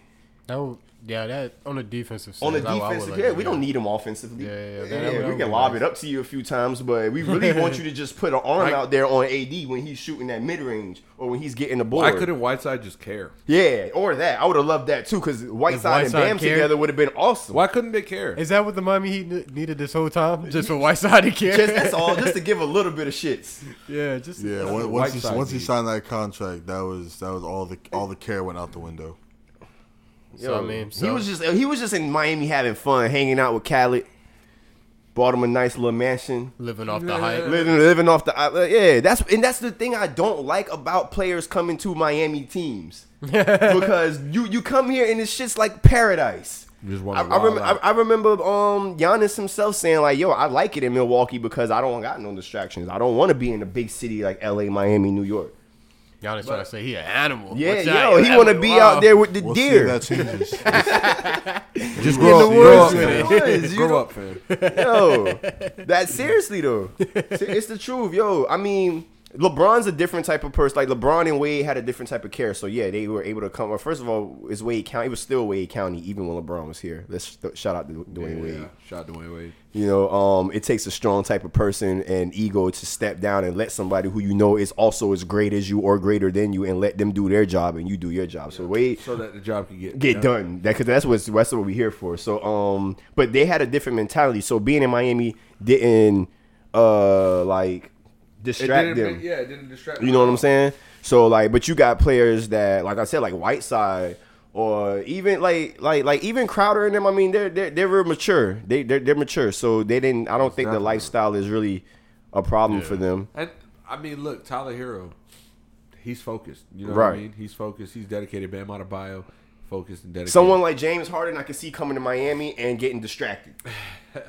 That would, yeah, that on the defensive side.
on the
I would- I would
defensive.
like
Yeah,
it,
we don't need him offensively.
Yeah,
Yeah,
yeah, yeah. That- that would- that
we can
would
lob
be
it up to you a few times, but we really want you to just put an arm
Right.
out there on AD when he's shooting that mid range or when he's getting the board.
why couldn't Whiteside just care?
Yeah, or that. I would have loved that too, because Whiteside and
Whiteside
Bam
cared-
together would have been awesome.
Why couldn't they care?
Is that what the Miami Heat ne- needed this whole time? Just for Whiteside to care?
Just that's all, just to give a little bit of shits.
yeah, just
Yeah,
that's
once,
all.
once, he,
Whiteside
once he
beat.
signed that contract, that was that was all the all the care went out the window.
So, I mean,
he
so-
was just he was just in Miami having fun, hanging out with Khaled. Bought him a nice little mansion.
living off the
Yeah.
hype.
Living, living off the uh, yeah, that's and that's the thing I don't like about players coming to Miami teams because you you come here and it's just like paradise.
You just
I,
wanna
I,
wild
remember, I,
out.
I remember um Giannis himself saying like, "Yo, I like it in Milwaukee because I don't got no distractions. I don't want to be in a big city like L.A., Miami, New York."
Giannis trying to say he an animal.
Yeah,
What's that?
yo, he want to be out there with the
We'll see if
deer.
that changes.
Just
in
grow
the
up, grow up,
woods with
man.
it. Woods, you
Grow
know?
up, fam.
yo, that seriously though, Se- it's the truth, yo. I mean, LeBron's a different type of person. Like LeBron and Wade had a different type of care, so yeah, they were able to come. Well, first of all, it's Wade County. It was still Wade County even when LeBron was here. Let's sh- shout out to Du- Dwayne Wade.
Yeah, shout out Dwayne Wade.
You know, um, it takes a strong type of person and ego to step down and let somebody who you know is also as great as you or greater than you, and let them do their job and you do your job. So Wade
So that the job can get
get
done.
done. That because that's what's that's what we're here for. So um, but they had a different mentality. So being in Miami didn't uh like
It didn't,
distract them.
make- yeah, it didn't distract.
You know what I'm saying? So like, but you got players that, like I said, like Whiteside or even like like like even Crowder and them. I mean, they're they're they were mature. They they're, they're mature. So they didn't. I don't think the
Definitely.
lifestyle is really a problem for them.
And I mean, look, Tyler Hero, he's focused. You know what I
Right.
mean? He's focused. He's dedicated. Bam out of bio, focused and dedicated.
Someone like James Harden, I can see coming to Miami and getting distracted.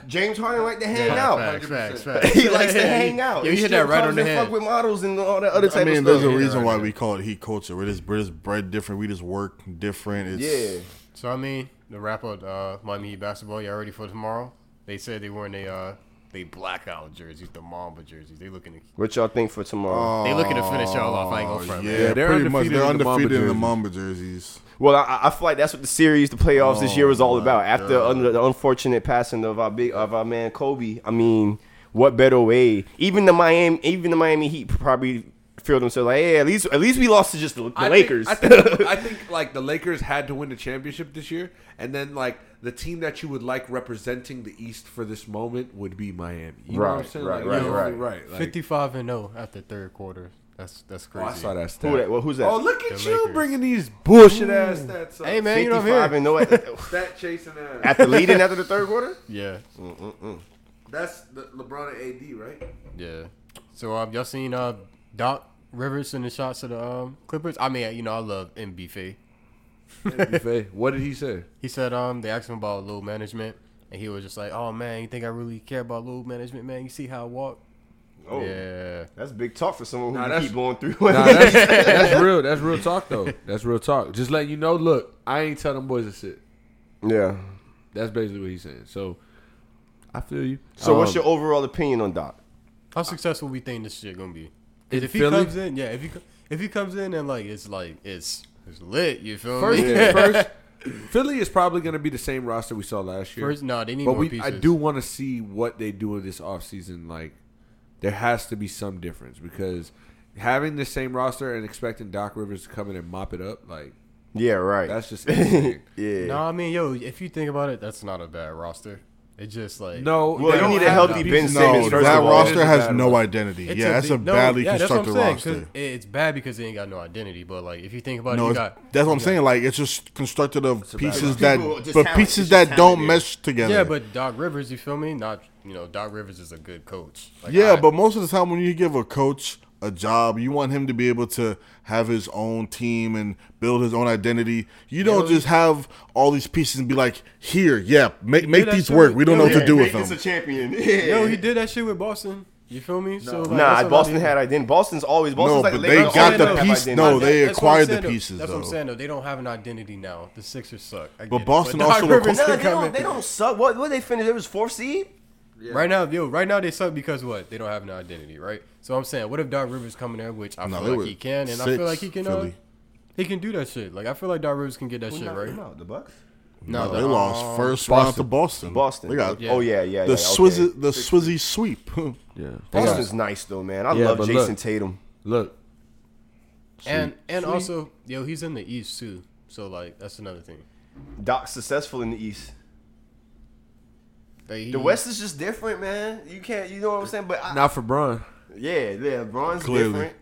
James Harden like to hang out.
Facts, facts,
100%.
facts.
he likes to hang out.
Yeah,
He
you hit that
still
right
comes
on the
and
head.
Fuck with models and all that other
I
type
mean,
of
there's a
stuff.
reason why we call it heat culture. We're just, we're just bred different. We just work different. It's,
yeah,
So I mean, the wrap up uh, Miami Heat basketball. Y'all ready for tomorrow? They said they wearing they uh they blackout jerseys, the Mamba jerseys. They looking to
what y'all think for tomorrow?
they looking to finish y'all off. I ain't gonna front.
Yeah,
man.
they're
they're pretty much
undefeated
they're
in the Mamba
undefeated in the
jerseys.
Mamba jerseys.
well, I- I, I feel like that's what the series, the playoffs this
Oh
year was all about. After
God.
un- the unfortunate passing of our big of our man Kobe, I mean, what better way? Even the Miami, even the Miami Heat probably feel themselves like, yeah, at least at least we lost to just the, the
I think-
Lakers.
I think, I think like the Lakers had to win the championship this year, and then like the team that you would like representing the East for this moment would be Miami. You know what
Right,
I'm saying?
right,
Like, you know,
right,
right. Like,
Fifty five and zero after third quarter. That's that's
oh,
crazy.
I saw that stat.
Who that? Well, who's that?
Oh, look at
The
you
Lakers.
bringing these bullshit ass stats. Up.
Hey man, you know I'm
55
here.
and no
stat chasing ass.
after leading after the third quarter.
Yeah,
Hmm. That's the LeBron and AD, right?
yeah. So um, y'all seen uh Doc Rivers and the shots of the um Clippers? I mean, you know, I love MBF.
what did he say?
He said um they asked him about load management, and he was just like, "Oh man, you think I really care about load management, man? You see how I walk?
Hmm.
Oh.
Yeah,
That's big talk for someone who
Nah,
can
that's-
keep blowing through.
Nah, that's, that's real. That's real talk, though. That's real talk. Just letting you know, look, I ain't tell them boys to sit.
yeah.
That's basically what he's saying. So, I feel you.
So, what's
Um,
your overall opinion on Doc?
how successful we think this shit gonna be? 'Cause
In
if he
Philly?
comes in, yeah, if he co- if he comes in and like it's like it's it's lit, you feel
First,
me?
first, Philly is probably going to be the same roster we saw last year.
First, nah, they need
but
more
we,
pieces.
I do want to see what they do in this offseason. Like, there has to be some difference because having the same roster and expecting Doc Rivers to come in and mop it up, like,
Yeah, right.
that's just insane.
yeah.
No, I mean, yo, if you think about it, that's not a bad roster. It's just like
No,
Well,
they
you
don't
need a
have
healthy
the
Ben
pieces.
Simmons,
No,
first
that
of all.
It is
roster
a
has
bad
no
roster.
identity.
It's
yeah, that's a
big- no,
badly
yeah, that's what I'm
constructed
saying, 'cause
roster.
it- It's bad because they ain't got no identity. But like, if you think about it,
No,
you
it's-
got
that's what I'm saying. Like it's just constructed of pieces
roster.
that,
People just
but
talent. It's
pieces
just
that don't
talent,
mesh together.
yeah, but Doc Rivers, you feel me? Not you know, Doc Rivers is a good coach. Like,
Yeah,
I-
but most of the time when you give a coach a job, you want him to be able to have his own team and build his own identity. You don't just have all these pieces and be like, "Here, yeah, make make
that
these
shit
work.
with-
We don't know what to do with
It's
them."
a champion.
yo, he did that shit with Boston. You feel me? So like,
nah,
that's
Boston
what I
had identity. Boston's always Boston's
No,
like
but
the
they
Lakers.
got
Always
the
have
piece-
identity.
no,
mean.
they-
That's what I'm
acquired the
saying, though.
pieces,
That's what
though.
I'm saying though. They don't have an identity now. The Sixers suck. I get it.
Boston
Doc
also
Rivers
acquired-
can
Nah, they
come
don't,
in.
they don't suck. What? What they finished? It was fourth seed.
Right now, yo, right now they suck because what? They don't have an identity, right? So I'm saying, what if Doc Rivers coming there, which I
No, they
feel
were
like he can, and I
six,
feel like he can, uh,
Philly.
he can do that shit. Like I feel like Doc Rivers can get that shit right.
No, the Bucks.
No,
No,
they
the-
lost
Uh,
um,
first round to
Boston.
Boston.
Boston.
They got
Yeah.
Oh yeah, yeah.
the
yeah,
Swizzy,
Okay.
the Swizzy sweep.
Yeah.
Boston's nice though, man. I
Yeah,
love
but
Jason
look.
Tatum.
Look,
And and also, yo, he's in the East too. So like that's another thing.
Doc successful in the East.
Like, he-
The West is just different, man. You can't. You know what I'm saying? But I,
not for Bron.
Yeah, yeah, Braun's
Clearly.
different.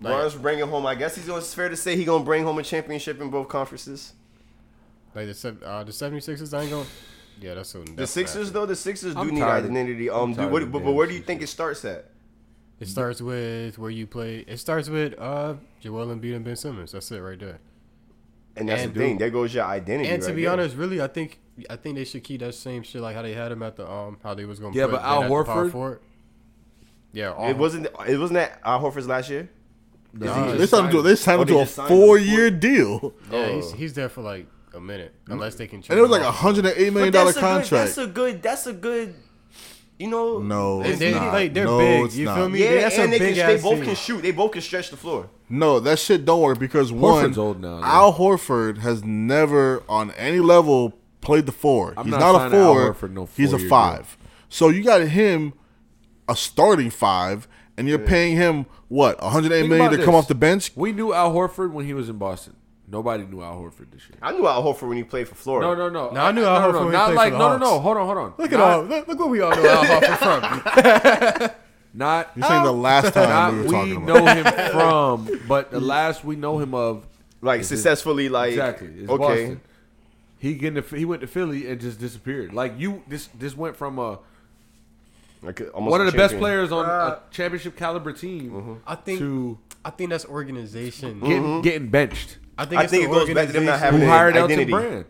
Braun's bringing home. I guess he's gonna. It's fair to say he's gonna bring home a championship in both conferences.
Like the sev- uh, the 76ers, I ain't going. Yeah, that's so.
The Sixers though, the Sixers do
I'm
need
tired of-
identity.
I'm
Um, do,
tired
what,
of
but, but
damn
where do you think it starts at?
It starts with where you play. It starts with uh Joel Embiid and Ben Simmons. That's it right there.
And that's
And-
the thing. There goes your identity.
And to
right
be
there.
honest, really, I think I think they should keep that same shit like how they had him at the um how they was gonna
Yeah,
put
but Al
Ben at the power
Horford-
forward. Yeah, Al
it wasn't. It wasn't that Al Horford's last year.
Nah, they signed him to, they signed
Oh,
him
they
to a
just signed him for-
four year deal,
Yeah, he's, he's there for like a minute, unless they can.
and it was like a hundred and eight million
But
dollar
that's a
contract.
Good, that's a good. That's a good. You know.
no,
They-
it's
they-
not.
like, they're
no,
big,
It's
you
not.
feel me?
Yeah,
That's a
and they, can,
big
they
ass
both
team.
can shoot. They both can stretch the floor.
No, that shit don't work because one,
Horford's old now, yeah.
Al Horford has never on any level played the 4
I'm
he's
not
not, a
signing Al
four.
Horford no
he's a
four-year
five. So you got him a starting five, and you're paying him what 108
Think
million to
about
come
this.
off the bench.
We knew Al Horford when he was in Boston. Nobody knew Al Horford this year.
I knew Al Horford when he played for Florida.
No, no, no.
No, I knew
no,
Al
no,
Horford
no,
when he
Not
played
like
for the
no, no, no.
Hawks.
Hold on, hold on.
Look at
not,
all. Look, look what we all know Al Horford from.
Not
You're saying the last
not
time we
we,
were talking about.
know him from, but the last we know him of
Like
is it-
successfully, like
exactly. It's
okay.
Boston. He getting to, he went to Philly and just disappeared. Like you, this this went from a
Like, almost
one
a
of the best
champion. Mm-hmm.
players on
Uh,
a championship caliber team
I think.
to
I think that's organization.
getting, getting benched.
I think,
I
it's
think
the
it goes back to them not
organization.
having
Who
Mm-hmm. an
hired
identity.
Elton Brand?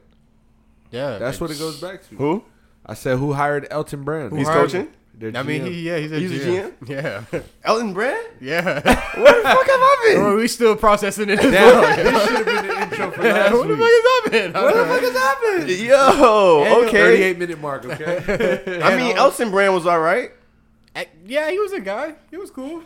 Yeah,
That's what it goes
it's-
back to.
Who?
I said, who hired Elton Brand?
He's
hired
coaching.
Their
I mean,
GM.
he, yeah, he's a
He's a
GM. Yeah,
Elton Brand.
yeah.
Where the fuck have I been?
Bro, we still processing it.
Damn, this should have been the intro for last
what the
week.
fuck is happening?
Yo, okay.
38 minute mark, okay?
I mean, Elton Brand was all right.
Yeah, he was a guy. He was cool.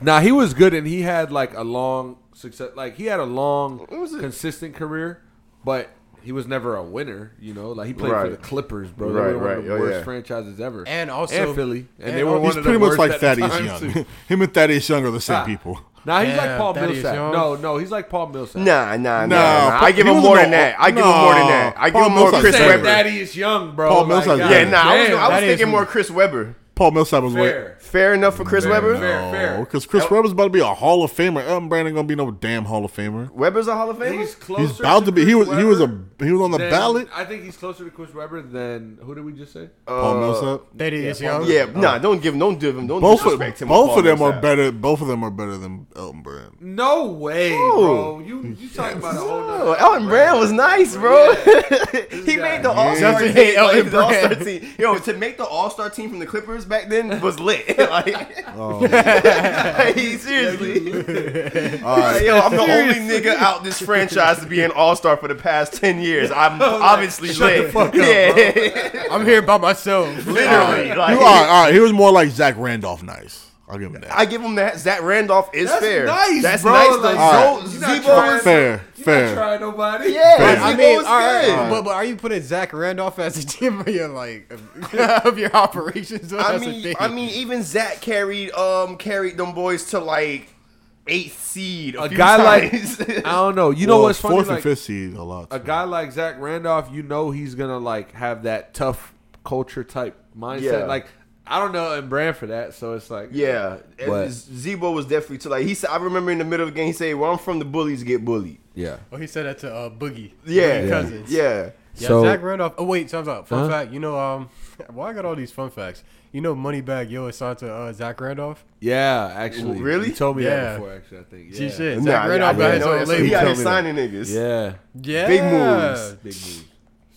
now, he was good and he had like a long success. Like, he had a long,
was it?
consistent career, but he was never a winner, you know? Like, he played
Right.
for the Clippers, bro.
Right,
they were one
right.
of the
Oh,
worst
yeah.
franchises ever.
And also-
And Philly. And,
and
they were
also-
one
He's
of the
pretty much
worst
like
at the
Thaddeus
time, too.
Young. Him and Thaddeus Young are the same
Ah.
people.
Now he's like
Damn,
Paul
Thaddeus
Millsap.
Young.
No, no, he's like Paul Millsap.
Nah, nah, nah.
Nah,
nah.
Paul-
I give
he
him
was
more
an
than that. I give him
all-
more than that. I give
Paul
him more
Millsap's
Chris
Say
better.
Webber.
Thaddeus Young, bro.
Paul
Like,
Millsap's
God
Yeah, nah. I was, I was
That is-
thinking more Chris Webber.
Paul Millsap was way.
Fair.
Fair enough for Chris Webber.
fair, fair.
Because Chris Webber's about to be a Hall of Famer. Elton Brand ain't gonna be no damn Hall of Famer.
Webber's a Hall of Famer.
He's closer.
He's about to be. He was.
Chris
He was a.
Webber uh,
He was on the
than-
ballot.
I think he's closer to Chris Webber than who did we just say?
Paul Millsap.
That is young.
yeah, nah. Don't give him. Don't give him. Don't
Both of,
disrespect him.
both of them are
better.
better. Both of them are better than Elton Brand.
No way, bro. You you talking about a whole
Oh,
nother
Elton Brand was nice, bro. he
guy.
made the All Star
Shout
team.
out to Elton
like, the All-Star
Brand.
team. Yo, to make the All Star team from the Clippers back then was lit. like, like, seriously.
All right.
Yo, I'm the only nigga out this franchise to be an All Star for the past ten years. I'm obviously lit. yeah,
I'm here by myself.
literally.
You
Like,
all right, all right. He was more like Zach Randolph. Nice. I'll give him that.
I give him that. Zach Randolph is
That's
fair.
nice,
That's
bro.
nice. though.
Like,
All
Zo-
you're not
Zebo
trying-
is-
fair,
You're not
fair.
trying nobody.
Yeah,
I
Zebo is good.
but, but are you putting Zach Randolph as a GM of your like
uh,
of your operations? Well,
I
that's the
mean,
thing.
I mean, even Zach carried um carried them boys to like eighth seed. A,
A
few
guy like
times.
I don't know. You know
Well,
what's funny?
Fourth
Like,
and fifth seed a lot.
a guy like Zach Randolph, you know he's gonna like have that tough culture type mindset.
Yeah.
Like I don't know and brand for that, so it's like
yeah, And
What?
Zebo was definitely to like he said. I remember in the middle of the game he said, "Where I'm from, the bullies get bullied."
yeah.
oh, he said that to uh, Boogie.
Yeah,
Boogie
yeah.
Cousins.
yeah.
Yeah,
So-
Zach Randolph. Oh wait, time's up. Fun
Huh?
fact. You know, um, why I got all these fun facts? You know, Moneybag Yo assigned to uh, Zach Randolph.
Yeah, actually.
Really?
You told me
Yeah.
that before actually, I think.
She
Yeah.
shit. Zach
Nah, yeah, I
Randolph got
didn't
his
know
own
that. So he
label.
out here
told me
signing niggas.
Yeah.
Yeah,
Big moves.
Big move.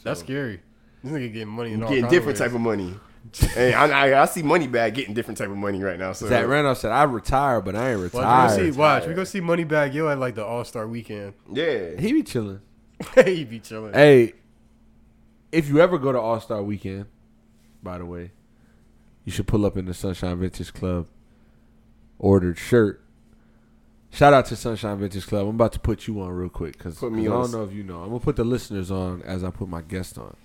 That's scary. This nigga getting money and all
Getting
kinds
different type of money. hey, I, I, I see money bag getting different type of money right now. So
Zach Randolph said, I retire, but I ain't
ways. Watch, we
retired.
go see. Watch, we go see Moneybag Yo at like the All Star Weekend.
yeah,
He be chilling.
he be chilling.
Hey, if you ever go to All Star Weekend, by the way, you should pull up in the Sunshine Vintage Club. Ordered shirt. Shout out to Sunshine Vintage Club. I'm about to put you on real quick because I
Put me on.
don't know if you know. I'm gonna put the listeners on as I put my guest on.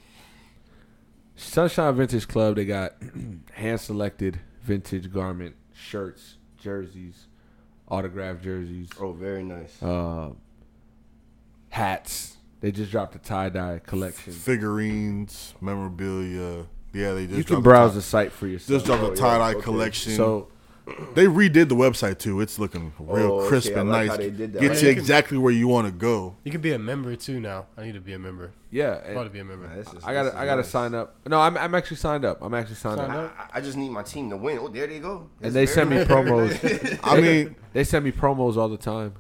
Sunshine Vintage Club. They got hand selected vintage garment shirts, jerseys, autographed jerseys
oh, very nice.
uh, hats. They just dropped a tie dye collection.
Figurines, memorabilia. Yeah, they just
you can
dropped the
browse
tie-
the site for yourself.
Just dropped the tie dye collection.
so
They redid the website too. It's looking real
Oh,
crisp
okay. I
and
like
nice.
how they did that.
Gets
Yeah,
you
you can-
exactly where you want to go.
You could be a member too now. I need to be a member.
yeah,
I ought to
and
be a member.
This is-
I gotta
this is
I gotta
nice.
sign up. No, I'm I'm actually signed up. I'm actually signed
Signed
up.
up?
I, I just need my team to win. Oh, there they go.
And they send me promos.
I mean,
they send me promos all the time.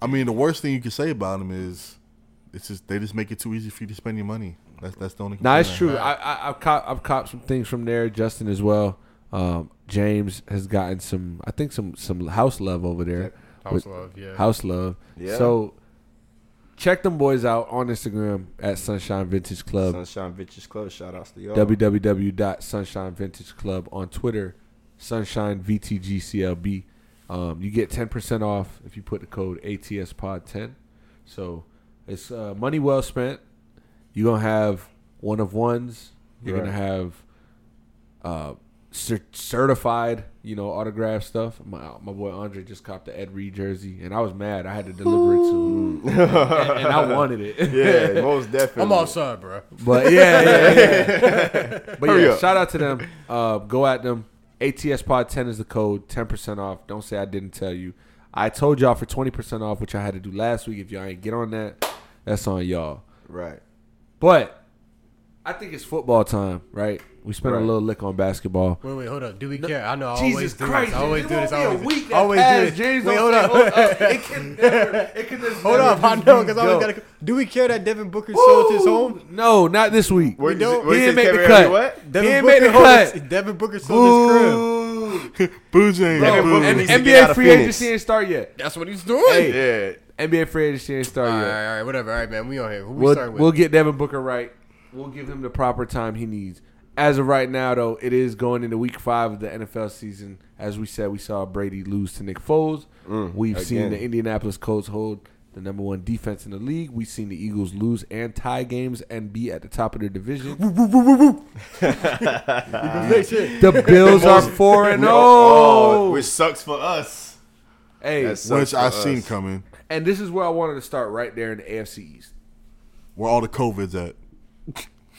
I mean, the worst thing you can say about them is it's just they just make it too easy for you to spend your money. That's that's the only.
Now it's
complaint I
true. I, I I've caught I've caught some things from there. Justin as well. Um, James has gotten some, I think some some house love over there.
House love, yeah.
House love.
Yeah.
So check them boys out on Instagram at Sunshine Vintage Club.
Sunshine Vintage Club. Shout outs to y'all.
www.sunshinevintageclub on Twitter, Sunshine VTGCLB. Um, you get 10% off if you put the code ATSPOD10. So it's uh, money well spent. You're going to have one of ones. You're going to have uh, cer- certified, you know, autograph stuff. My, my boy Andre just copped the Ed Reed jersey, and I was mad. I had to deliver it to him. and, and I wanted it.
yeah, most definitely.
I'm outside, bro.
But yeah, yeah, yeah. but
Hurry
yeah,
up.
shout out to them. Uh, go at them. ATS Pod 10 is the code. 10% off. Don't say I didn't tell you. I told y'all for 20% off, which I had to do last week. If y'all ain't get on that, that's on y'all.
Right.
But I think it's football time, right? We spent a
Right.
little lick on basketball.
Wait, wait, hold up. Do we care? I know. I always
Jesus
do
Christ!
This. I always
it
do this. I
won't
always,
be a week that
always
passed,
do this.
James.
wait,
don't
hold
say,
up.
up. It can never. It can just
Hold
never
up. I
just
know
be
because I always
go.
gotta. Do we care that Devin Booker sold his home?
No, not this week.
What,
don't-
what
he
you
didn't
say,
make the
Kevin
cut.
Ray, What?
he
Devin
didn't make the
Booker-
cut.
Devin Booker sold his crib.
Boo James.
Bro,
Boo.
and-
James.
He
NBA
gotta
free
finish.
agency didn't start yet.
That's what he's doing.
Yeah.
NBA free agency didn't start
All
yet.
right, all right, whatever. All right, man. We on here. Who we
We'll,
starting with?
we'll get Devin Booker right. We'll give him the proper time he needs. As of right now, though, it is going into week five of the NFL season. As we said, we saw Brady lose to Nick Foles. We've seen
again.
the Indianapolis Colts hold the number one defense in the league. We've seen the Eagles lose and tie games and be at the top of their division. the Bills are four and
Oh,
zero.
which sucks for us.
Hey,
That sucks
Which
for
I
us.
seen coming.
and this is where I wanted to start right there in the AFC East.
Where all the COVID's at.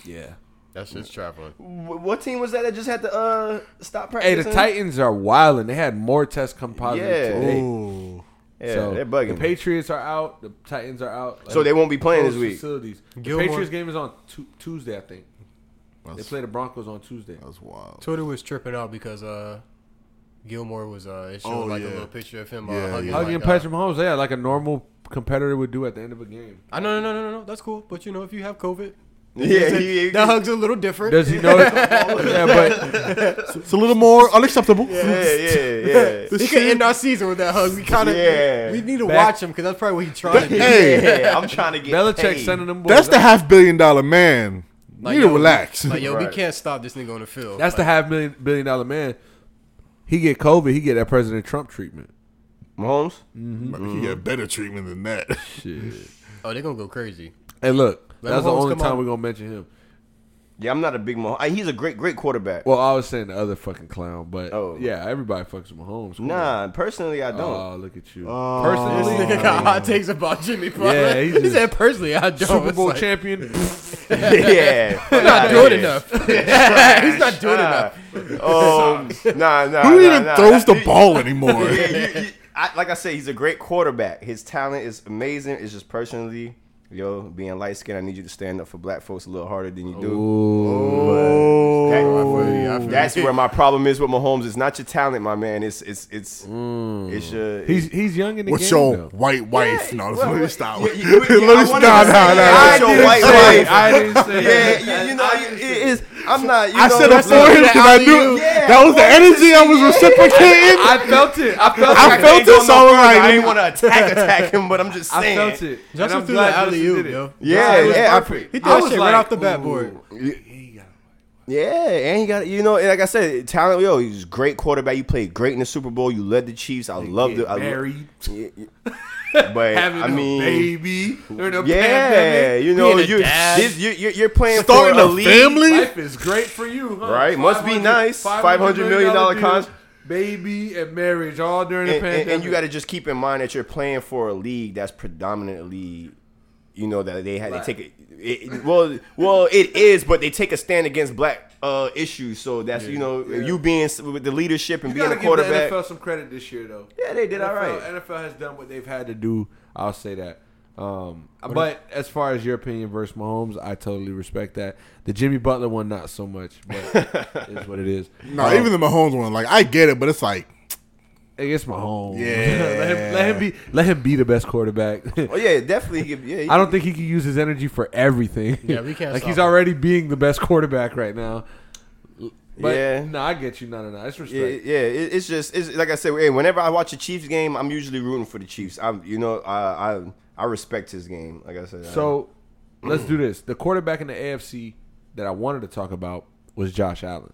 Yeah.
That shit's traveling.
Wh- What team was that that just had to uh stop practicing?
Hey, the Titans are wilding. They had more tests come positive
Yeah.
today.
Ooh.
Yeah,
so
they're
The
bugging. me.
Patriots are out. The Titans are out.
So they won't be playing this
Closed
week.
Facilities. The
Gilmore-
Patriots game is on Tu- Tuesday, I think. They
That's,
play the Broncos on Tuesday.
that's wild.
Twitter was tripping out because uh, Gilmore was uh, it showed
Oh,
like
yeah.
a little picture of him
Yeah,
uh, hugging,
yeah.
oh
Hugging
like, uh,
Patrick Mahomes, yeah, like a normal competitor would do at the end of a game.
uh, I no no no no no. That's cool, but you know if you have COVID,
Yeah, he- he-
that hug's a little different.
Does he know? yeah, but
It's a little more unacceptable.
yeah, yeah, yeah.
he could end our season with that hug. We kind of
Yeah.
we need to
Back-
watch him because that's probably what he tried. to do.
Hey.
yeah, I'm trying to get
Belichick
paid.
sending them boys.
That's the
out.
half billion dollar man. you need
yo,
to relax.
Like yo, we
Right.
can't stop this nigga on the field.
That's the
like,
half million billion dollar man. He get COVID, he get that President Trump treatment.
Mahomes.
He
Mm.
got better treatment than that.
oh they're gonna go crazy.
Hey, look,
Let
that's the
Mahomes
only
come
time
out.
we're gonna mention him.
Yeah, I'm not a big Mahomes. I- He's a great, great quarterback.
Well, I was saying the other fucking clown, but
Oh.
yeah, everybody fucks with Mahomes. Come on.
nah, personally, I don't.
Oh, look at you.
Oh.
This
Personally,
nigga got hot takes about Jimmy Butler.
Yeah, he
he
just-
said personally, I don't.
Super Bowl
It's like,
champion.
yeah,
He's not doing enough. He's not doing enough.
Um, nah, nah.
Who
nah,
even
nah.
throws the ball anymore?
Yeah, you, you, I, like I said, he's a great quarterback. His talent is amazing. It's just personally, yo, being light skinned, I need you to stand up for black folks a little harder than you do. That- that's where my problem is with Mahomes. It's not your talent, my man. It's it's it's
Mm.
it's your.
He's he's young in the
What's
game.
your
though.
white wife?
Yeah,
no,
well,
let me
well,
stop.
yeah,
Let
you-
me
yeah, I
stop.
wanted to say
Nah,
that. I
nah,
didn't
nah.
say it. I
didn't say
yeah, you, you know, it is. I'm not. You
I
know,
said it
that's
for
not-
him because I knew
Yeah,
that was the
I wanted to
energy I was
see-
reciprocating.
I felt it. I felt
I
it.
felt
ain't going
it,
no
so I'm
further. I
like, let
didn't
me-
want to attack attack him, but I'm just
I
saying.
felt it. And
Justin
I'm
threw
glad
the
Justin
alley-oop,
did it.
yo.
Yeah,
it was
yeah, I-
perfect.
He threw
I
that
was
shit
like,
right off the bat board.
Yeah, and he got you know, and like I said, talent. Yo, he's a great quarterback. You played great in the Super Bowl. You led the Chiefs. I love the. I, lo-
married,
Yeah, yeah. but
having
I mean,
a baby, during a
yeah,
pandemic.
you know,
being a
you
dad.
this, you you're, you're playing
Starting
for a
a
league.
family?
life is great for you, huh?
Right, must be
500
nice. $500 million
deal,
con-
baby and marriage all during the
and,
pandemic.
and- and you got to just keep in mind that you're playing for a league that's predominantly, you know, that they had they take a, it, well, well, it is, but they take a stand against black uh issues. So that's you know, you being s- with the leadership and
You
being
gotta
a
Give
quarterback.
the NFL some credit this year, though.
Yeah, they did
NFL,
all right.
NFL has done what they've had to do. I'll say that. Um, but as far as your opinion versus Mahomes, I totally respect that. The Jimmy Butler one, not so much, but is what it is.
No, even the Mahomes one, like I get it, but it's like
Hey, it's Mahomes.
Yeah.
let, him, let him be. Let him be the best quarterback.
Oh yeah, definitely. he could- Yeah, he
I don't think he can use his energy for everything.
Yeah, we can't
like
stop
he's
him.
already being the best quarterback right now. But
yeah.
no, I get you. No, no, no. It's respect.
Yeah, yeah. It, it's just it's like I said. hey, Whenever I watch a Chiefs game, I'm usually rooting for the Chiefs. I'm, you know, I I, I respect his game. Like I said, I-
So let's do this. The quarterback in the AFC that I wanted to talk about was Josh Allen.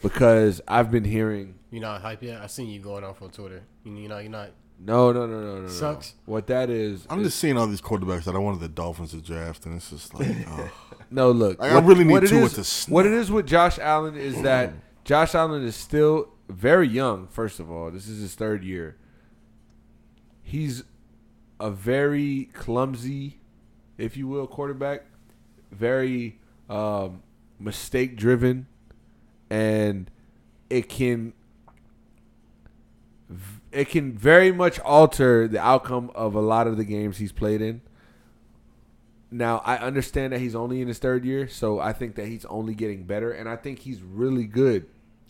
Because I've been hearing
You not hype yet? I seen you going off on Twitter. You you know you're not.
no, no, no, no, no, no.
Sucks.
What that is,
I'm just seeing all these quarterbacks that I wanted the Dolphins to draft, and it's just like, oh.
No, look.
Like, I really need
what it
Tua
is-
to snap.
What it is with Josh Allen is that Josh Allen is still very young, first of all. This is his third year. He's a very clumsy, if you will, quarterback. Very um, mistake driven. And it can it can very much alter the outcome of a lot of the games he's played in. Now, I understand that he's only in his third year, so I think that he's only getting better, and I think he's really good.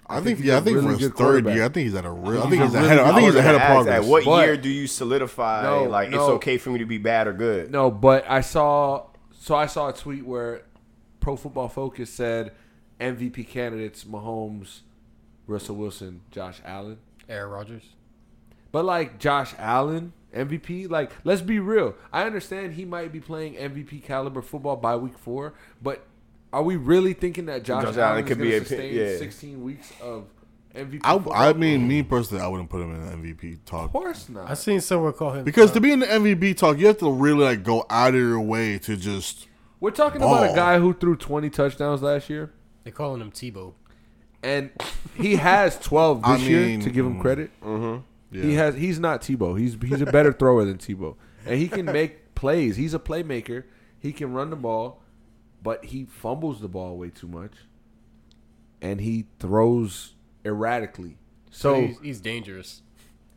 I think
he's
yeah,
a
I think
really
for his
good
third
quarterback.
year, I think he's at a real. I
I
think he's
really-
ahead. Of, I think he's
was
ahead of
gonna ask that.
progress.
What
But-
year do you solidify?
No,
like
no.
it's okay for me to be bad or good.
No, but I saw so I saw a tweet where Pro Football Focus said MVP candidates Mahomes, Russell Wilson, Josh Allen.
Aaron Rodgers.
But like Josh Allen, MVP, like let's be real. I understand he might be playing MVP caliber football by week four, but are we really thinking that Josh,
Josh
Allen,
Allen could
is going
be
to
a pi-
sustain
yeah.
16 weeks of MVP?
I, I
football?
mean, me personally, I wouldn't put him in the MVP
of
talk
course
I
not.
seen someone call him
because
uh,
to be in the MVP talk, you have to really like go out of your way to just.
We're talking about a
Ball.
guy who threw 20 touchdowns last year,
They calling him Tebow.
and he has 12 this
I
year.
mean, mm-hmm.
To give him credit,
Yeah.
he has. He's not Tebow. He's he's a better thrower than Tebow, and he can make plays. He's a playmaker. He can run the ball, but he fumbles the ball way too much, and he throws erratically. So
he's, he's dangerous.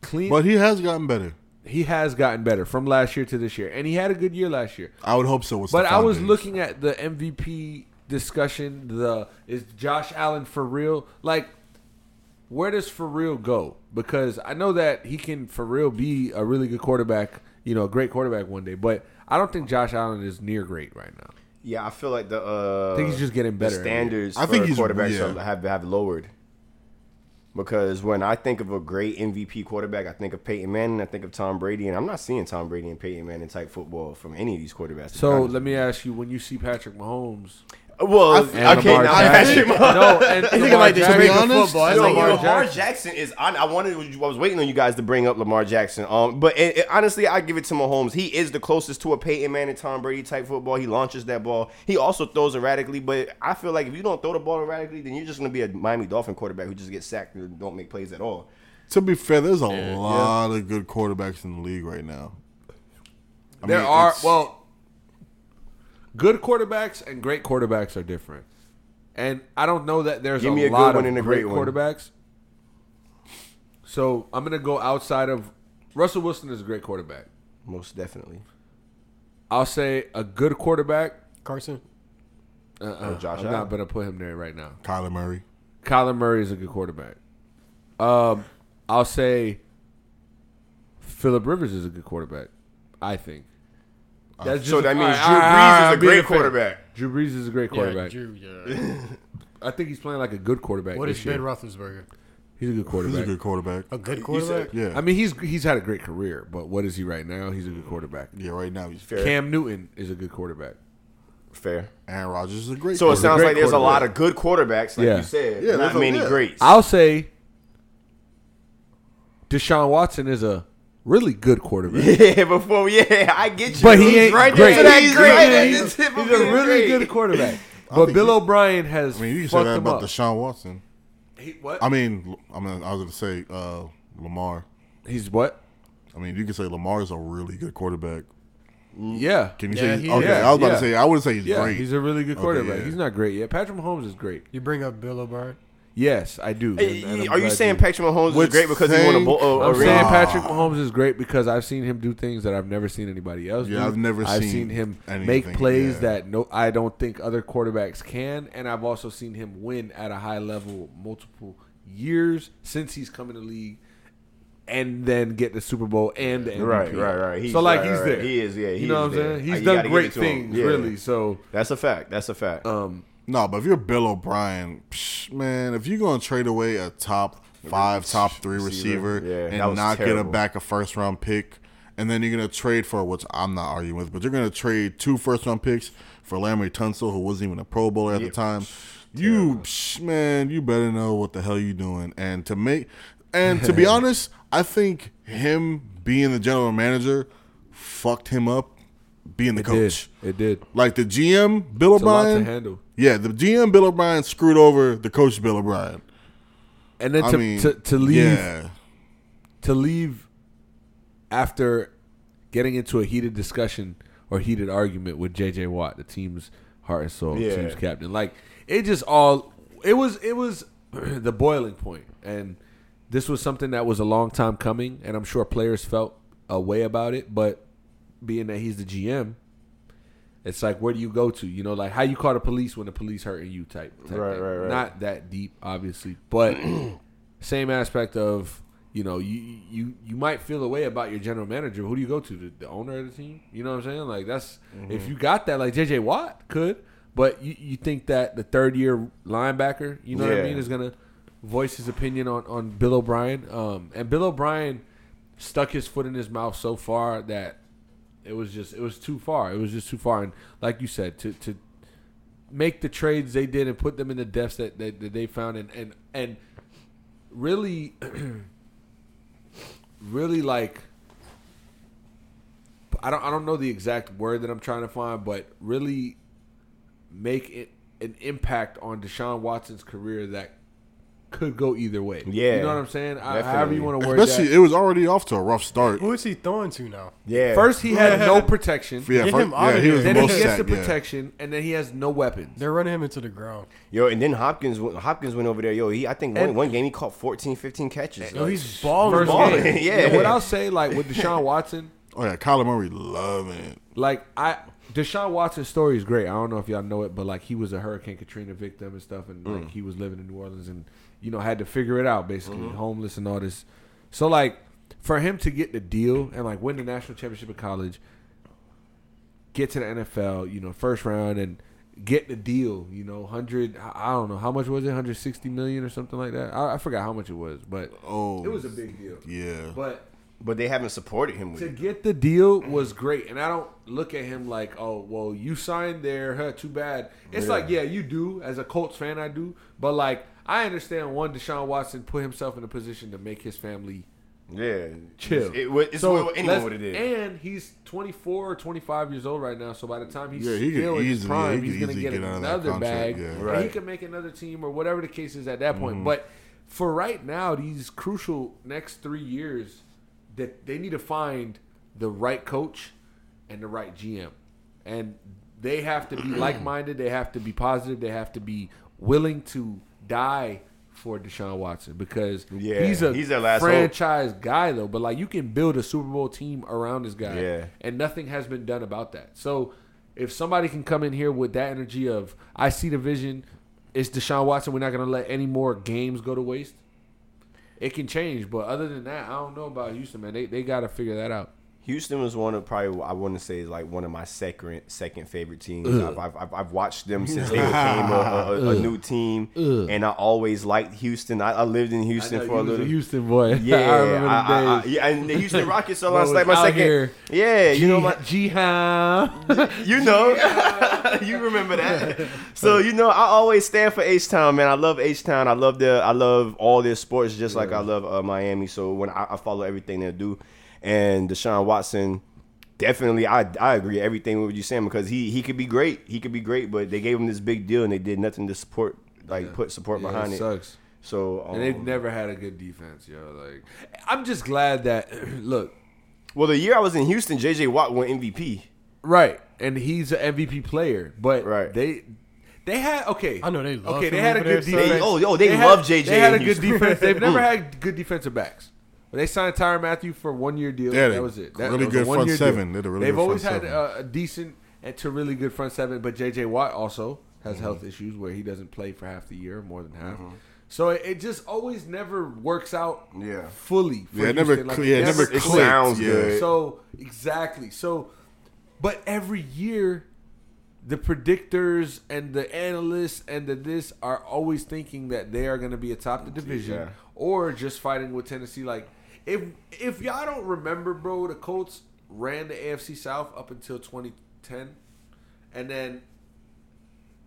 clean.
but he has gotten better.
he has gotten better from last year to this year, and he had a good year last year.
I would hope so. With
But I
Stephon
was
Diggs.
looking at the MVP discussion. The is Josh Allen for real? Like, where does for real go? Because I know that he can for real be a really good quarterback. You know, a great quarterback one day. But I don't think Josh Allen is near great right now.
Yeah, I feel like the uh,
I think he's just getting
the
better.
standards
I think
for
he's-
quarterbacks
yeah.
have- have have lowered. Because when I think of a great MVP quarterback, I think of Peyton Manning, I think of Tom Brady, and I'm not seeing Tom Brady and Peyton Manning type football from any of these quarterbacks.
So let me ask you: When you see Patrick Mahomes
well,
and
I, can't.
Lamar
I
Jackson, no, and Lamar
like this,
Jackson-
to be
honest,
I
Lamar
think Lamar,
Jackson.
Jackson. is. I, I wanted. I was waiting on you guys to bring up Lamar Jackson. Um, but it, it- honestly, I give it to Mahomes. He is the closest to a Peyton Manning, Tom Brady type football. He launches that ball. He also throws erratically. But I feel like if you don't throw the ball erratically, then you're just gonna be a Miami Dolphin quarterback who just gets sacked and don't make plays at all.
To be fair, there's a lot of good quarterbacks in the league right now. I
there
mean,
are
it's-
well, good quarterbacks and great quarterbacks are different, and I don't know that there's
Give
a,
me a good
lot
one
of
and a
great,
great one.
quarterbacks. So I'm gonna go outside of Russell Wilson is a great quarterback.
Most definitely.
I'll say a good quarterback.
Carson.
Uh-uh,
Oh, Josh
I'm not
Allen.
gonna put him there right now.
Kyler Murray.
Kyler Murray is a good quarterback. Um, I'll say Philip Rivers is a good quarterback. I think. That's
Uh, So that means
alright,
Drew
alright,
Brees
alright,
is a
I'm being
great
fan.
quarterback.
Drew Brees is a great
Yeah,
quarterback.
Drew. Yeah.
I think he's playing like a good quarterback.
what
this
is
year.
Ben Roethlisberger?
He's a good
He's
quarterback.
a good quarterback.
A good quarterback.
Yeah.
I mean, he's he's had a great career, but what is he right now? He's a good quarterback.
yeah, right now he's
Fair.
Cam Newton is a good quarterback.
Fair.
Aaron Rodgers is a great.
So it
quarterback.
sounds
great
like there's a
quarterback.
lot of good quarterbacks, like
Yeah.
you said.
Yeah, there's
not
a-
many
yeah.
greats.
I'll say Deshaun Watson is a really good quarterback.
Yeah, before yeah, I get you.
But he
He's
ain't
right
great.
There to that
He's,
great.
a-
He's
he's-
the tip of
he's a
being
really
great.
good quarterback. But
think
Bill
you-
O'Brien has
I mean, you can say
fucked
that
him
about
up.
Deshaun Watson.
He- what?
I mean, I mean, I was gonna say uh, Lamar.
he's what?
I mean, you can say Lamar's a really good quarterback.
Yeah.
Mm. Can you
Yeah,
say?
he
Okay,
is.
I was about
Yeah.
to say. I wouldn't say he's
Yeah,
great.
he's a really good quarterback.
yeah.
He's not great yet. Patrick Mahomes is great.
You bring up Bill O'Brien.
Yes, I do. and- and I'm
Are you
glad
saying Patrick Mahomes is
Which
great because he won a,
thing-
bo- uh, a, a
I'm
ring?
saying Patrick Mahomes is great because I've seen him do things that I've never seen anybody else do.
Yeah, I've never
I've
seen
seen, him make
anything,
plays
yeah.
that no, I don't think other quarterbacks can, and I've also seen him win at a high level multiple years since he's come in the league, and then get the Super Bowl and the MVP.
Right, right, right. He's-
so like
right,
he's
right.
there.
He is, yeah,
you
he
know what
is
I'm
there.
saying?
Uh,
He's
you
done
gotta give
great
it to him.
things,
Yeah.
really. So
That's a fact. That's a fact.
um,
No, but if you're Bill O'Brien, psh, man, if you're gonna trade away a top five, top three
Receiver.
receiver,
Yeah, that
and
was
not get a
terrible.
back a first round pick, and then you're gonna trade for which I'm not arguing with, but you're gonna trade two first round picks for Laramie Tunsil, who wasn't even a Pro Bowler at the time. You, psh, man, you better know what the hell you doing. And to make, and to be honest, I think him being the general manager fucked him up being the
It
coach.
did. It did.
Like the GM, Bill
It's a lot to
O'Brien.
handle.
Yeah, the GM Bill O'Brien screwed over the coach Bill O'Brien.
And then
I
to,
mean,
to, to leave
Yeah,
to leave after getting into a heated discussion or heated argument with JJ Watt, the team's heart and soul,
Yeah.
team's captain. Like it just all it was it was the boiling point, and this was something that was a long time coming, and I'm sure players felt a way about it, but being that he's the GM. It's like where do you go to? You know, like how you call the police when the police hurting you type. type
Right,
thing.
right, right.
Not that deep, obviously, but same aspect of you know you you you might feel a way about your general manager. Who do you go to? The, the owner of the team? You know what I'm saying? Like that's
Mm-hmm.
if you got that, like JJ Watt could, but you, you think that the third year linebacker, you know what I
Yeah.
mean, is gonna voice his opinion on on Bill O'Brien. Um, and Bill O'Brien stuck his foot in his mouth so far that it was just it was too far. It was just too far. And like you said, to to make the trades they did and put them in the depths that, that, that they found and and, and really really like I don't I don't know the exact word that I'm trying to find, but really make it an impact on Deshaun Watson's career that could go either way.
Yeah.
You know what I'm saying? I, however
Definitely.
you want to word
especially
that.
it was already off to a rough start.
Who is he throwing to now?
Yeah.
First he had no protection.
Yeah,
Get
fir-
him outta
yeah, he was
here.
Then
the
he
most
gets
sacked,
the
yeah.
protection, and then he has no weapons.
They're running him into the ground.
Yo, and then Hopkins went- Hopkins went over there. Yo, he I think one,
And-
one game he caught 14, 15 catches.
Yo,
Like,
Oh, he's balling.
First
balling.
game.
Yeah.
And what I'll say, like with Deshaun Watson,
Oh yeah, Kyler Murray loving it.
like I Deshaun Watson's story is great. I don't know if y'all know it, but like he was a Hurricane Katrina victim and stuff, and
Mm.
like he was living in New Orleans and you know had to figure it out basically,
Mm-hmm.
homeless and all this. So like for him to get the deal and like win the national championship in college, get to the NFL, you know, first round and get the deal, you know, hundred I I don't know how much was it, hundred sixty million or something like that. I, I forgot how much it was, but
Oh,
it was a big deal.
yeah.
But
but they haven't supported him with
to
it.
get the deal was great, and I don't look at him like, oh, well, you signed there, huh? Too bad. It's like, yeah, you do. As a Colts fan, I do, but like, I understand one, Deshaun Watson put himself in a position to make his family
Yeah.
chill.
It's, it, would- it's what anyone
let's-
would have did.
And he's 24 or twenty five years old right now, so by the time he's
Yeah, he could
still in his
easily-
prime,
he could
he's gonna
easily
get,
get out of that
another
contract,
bag.
yeah. Mm-hmm.
and he
Right.
can make another team or whatever the case is at that point. But for right now, these crucial next three years, that they need to find the right coach and the right GM, and they have to be like minded. They have to be positive. They have to be willing to die. For Deshaun Watson because
Yeah,
he's a
he's their last hope.
franchise guy though, but like you can build a Super Bowl team around this guy,
Yeah.
and nothing has been done about that. So if somebody can come in here with that energy of I see the vision, it's Deshaun Watson. We're not going to let any more games go to waste. It can change, but other than that, I don't know about Houston, man. They they got to figure that out.
Houston was one of probably I want to say is like one of my second second favorite teams. I've, I've, I've, I've watched them since they became a, a, a new team, and I always liked Houston. I, I lived in Houston for a little.
Houston boy.
Yeah,
I remember the
I- I- I-
days.
yeah, and the Houston Rockets. So
Bro
I was
was
like my
out
second.
here.
Yeah, you know my,
Jihan.
you know, you remember that. So you know, I always stand for H Town, man. I love H Town. I love the, I love all their sports, just like I love uh, Miami. So when I, I follow everything they do, and Deshaun Watson, definitely, I, I agree everything with what you're saying because he, he could be great, he could be great, but they gave him this big deal and they did nothing to support, like put support
Yeah,
behind
it
it.
sucks.
So um,
And they've never had a good defense, yo. Like, I'm just glad that look,
well, the year I was in Houston, J.J. Watt won MVP.
Right, and he's an MVP player, but
Right.
they they had okay.
I know they love
okay. They
him
had a
over there,
good
son.
defense.
They- oh, yo, they
had-
love JJ
They had a
in
good
Houston.
defense. They've never had good defensive backs. But they signed Tyron Matthew for one year deal.
Yeah, they-
that was it. That
really
was a
good front
one-year deal.
seven. They had a really
They've
good
always
front
had
seven.
uh, a decent and to really good front seven. But JJ Watt also has
Mm-hmm.
health issues where he doesn't play for half the year, more than half. So it, it just always never works out
Yeah.
fully. For
Yeah, it never
Houston. Like,
cl- yeah, it never
it
clicked.
sounds
yeah.
good.
so exactly. So, but every year, the predictors and the analysts and the this are always thinking that they are going to be atop the division
Yeah.
or just fighting with Tennessee. Like if if y'all don't remember, bro, the Colts ran the AFC South up until 2010, and then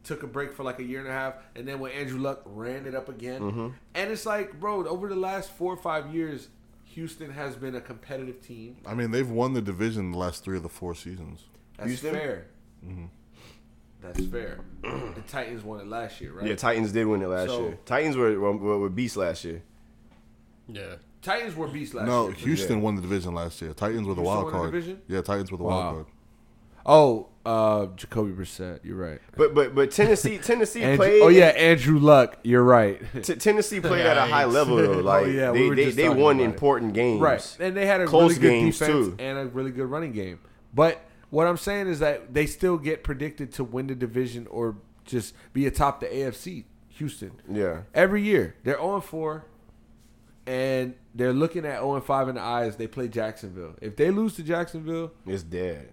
took a break for like a year and a half, and then when Andrew Luck ran it up again, and it's like, bro, over the last four or five years, Houston has been a competitive team.
I mean, they've won the division the last three of the four seasons.
That's
Houston?
fair.
Mm-hmm.
That's fair. the Titans won it last year, right?
Yeah, Titans did win it last
So-
year. Titans were, were were beasts last year.
Yeah.
Titans were beasts last
No,
year.
Houston won the division last year. Titans were the
Houston
wild
won the
card.
division?
Yeah, Titans were the
Wow.
wild card.
Oh, uh, Jacoby Brissett. You're right.
But but but Tennessee Tennessee
Andrew,
played.
oh yeah, Andrew Luck. You're right.
T- Tennessee played at a high level though. Like
Oh, yeah, we
they,
were
they,
just
they
talking
won
about it.
important games.
right, and they had a
Close
really good
games,
defense
too.
and a really good running game. But what I'm saying is that they still get predicted to win the division or just be atop the AFC. Houston.
Yeah.
Every year they're 0 4, and they're looking at 0 5 in the eyes. They play Jacksonville. If they lose to Jacksonville,
It's dead.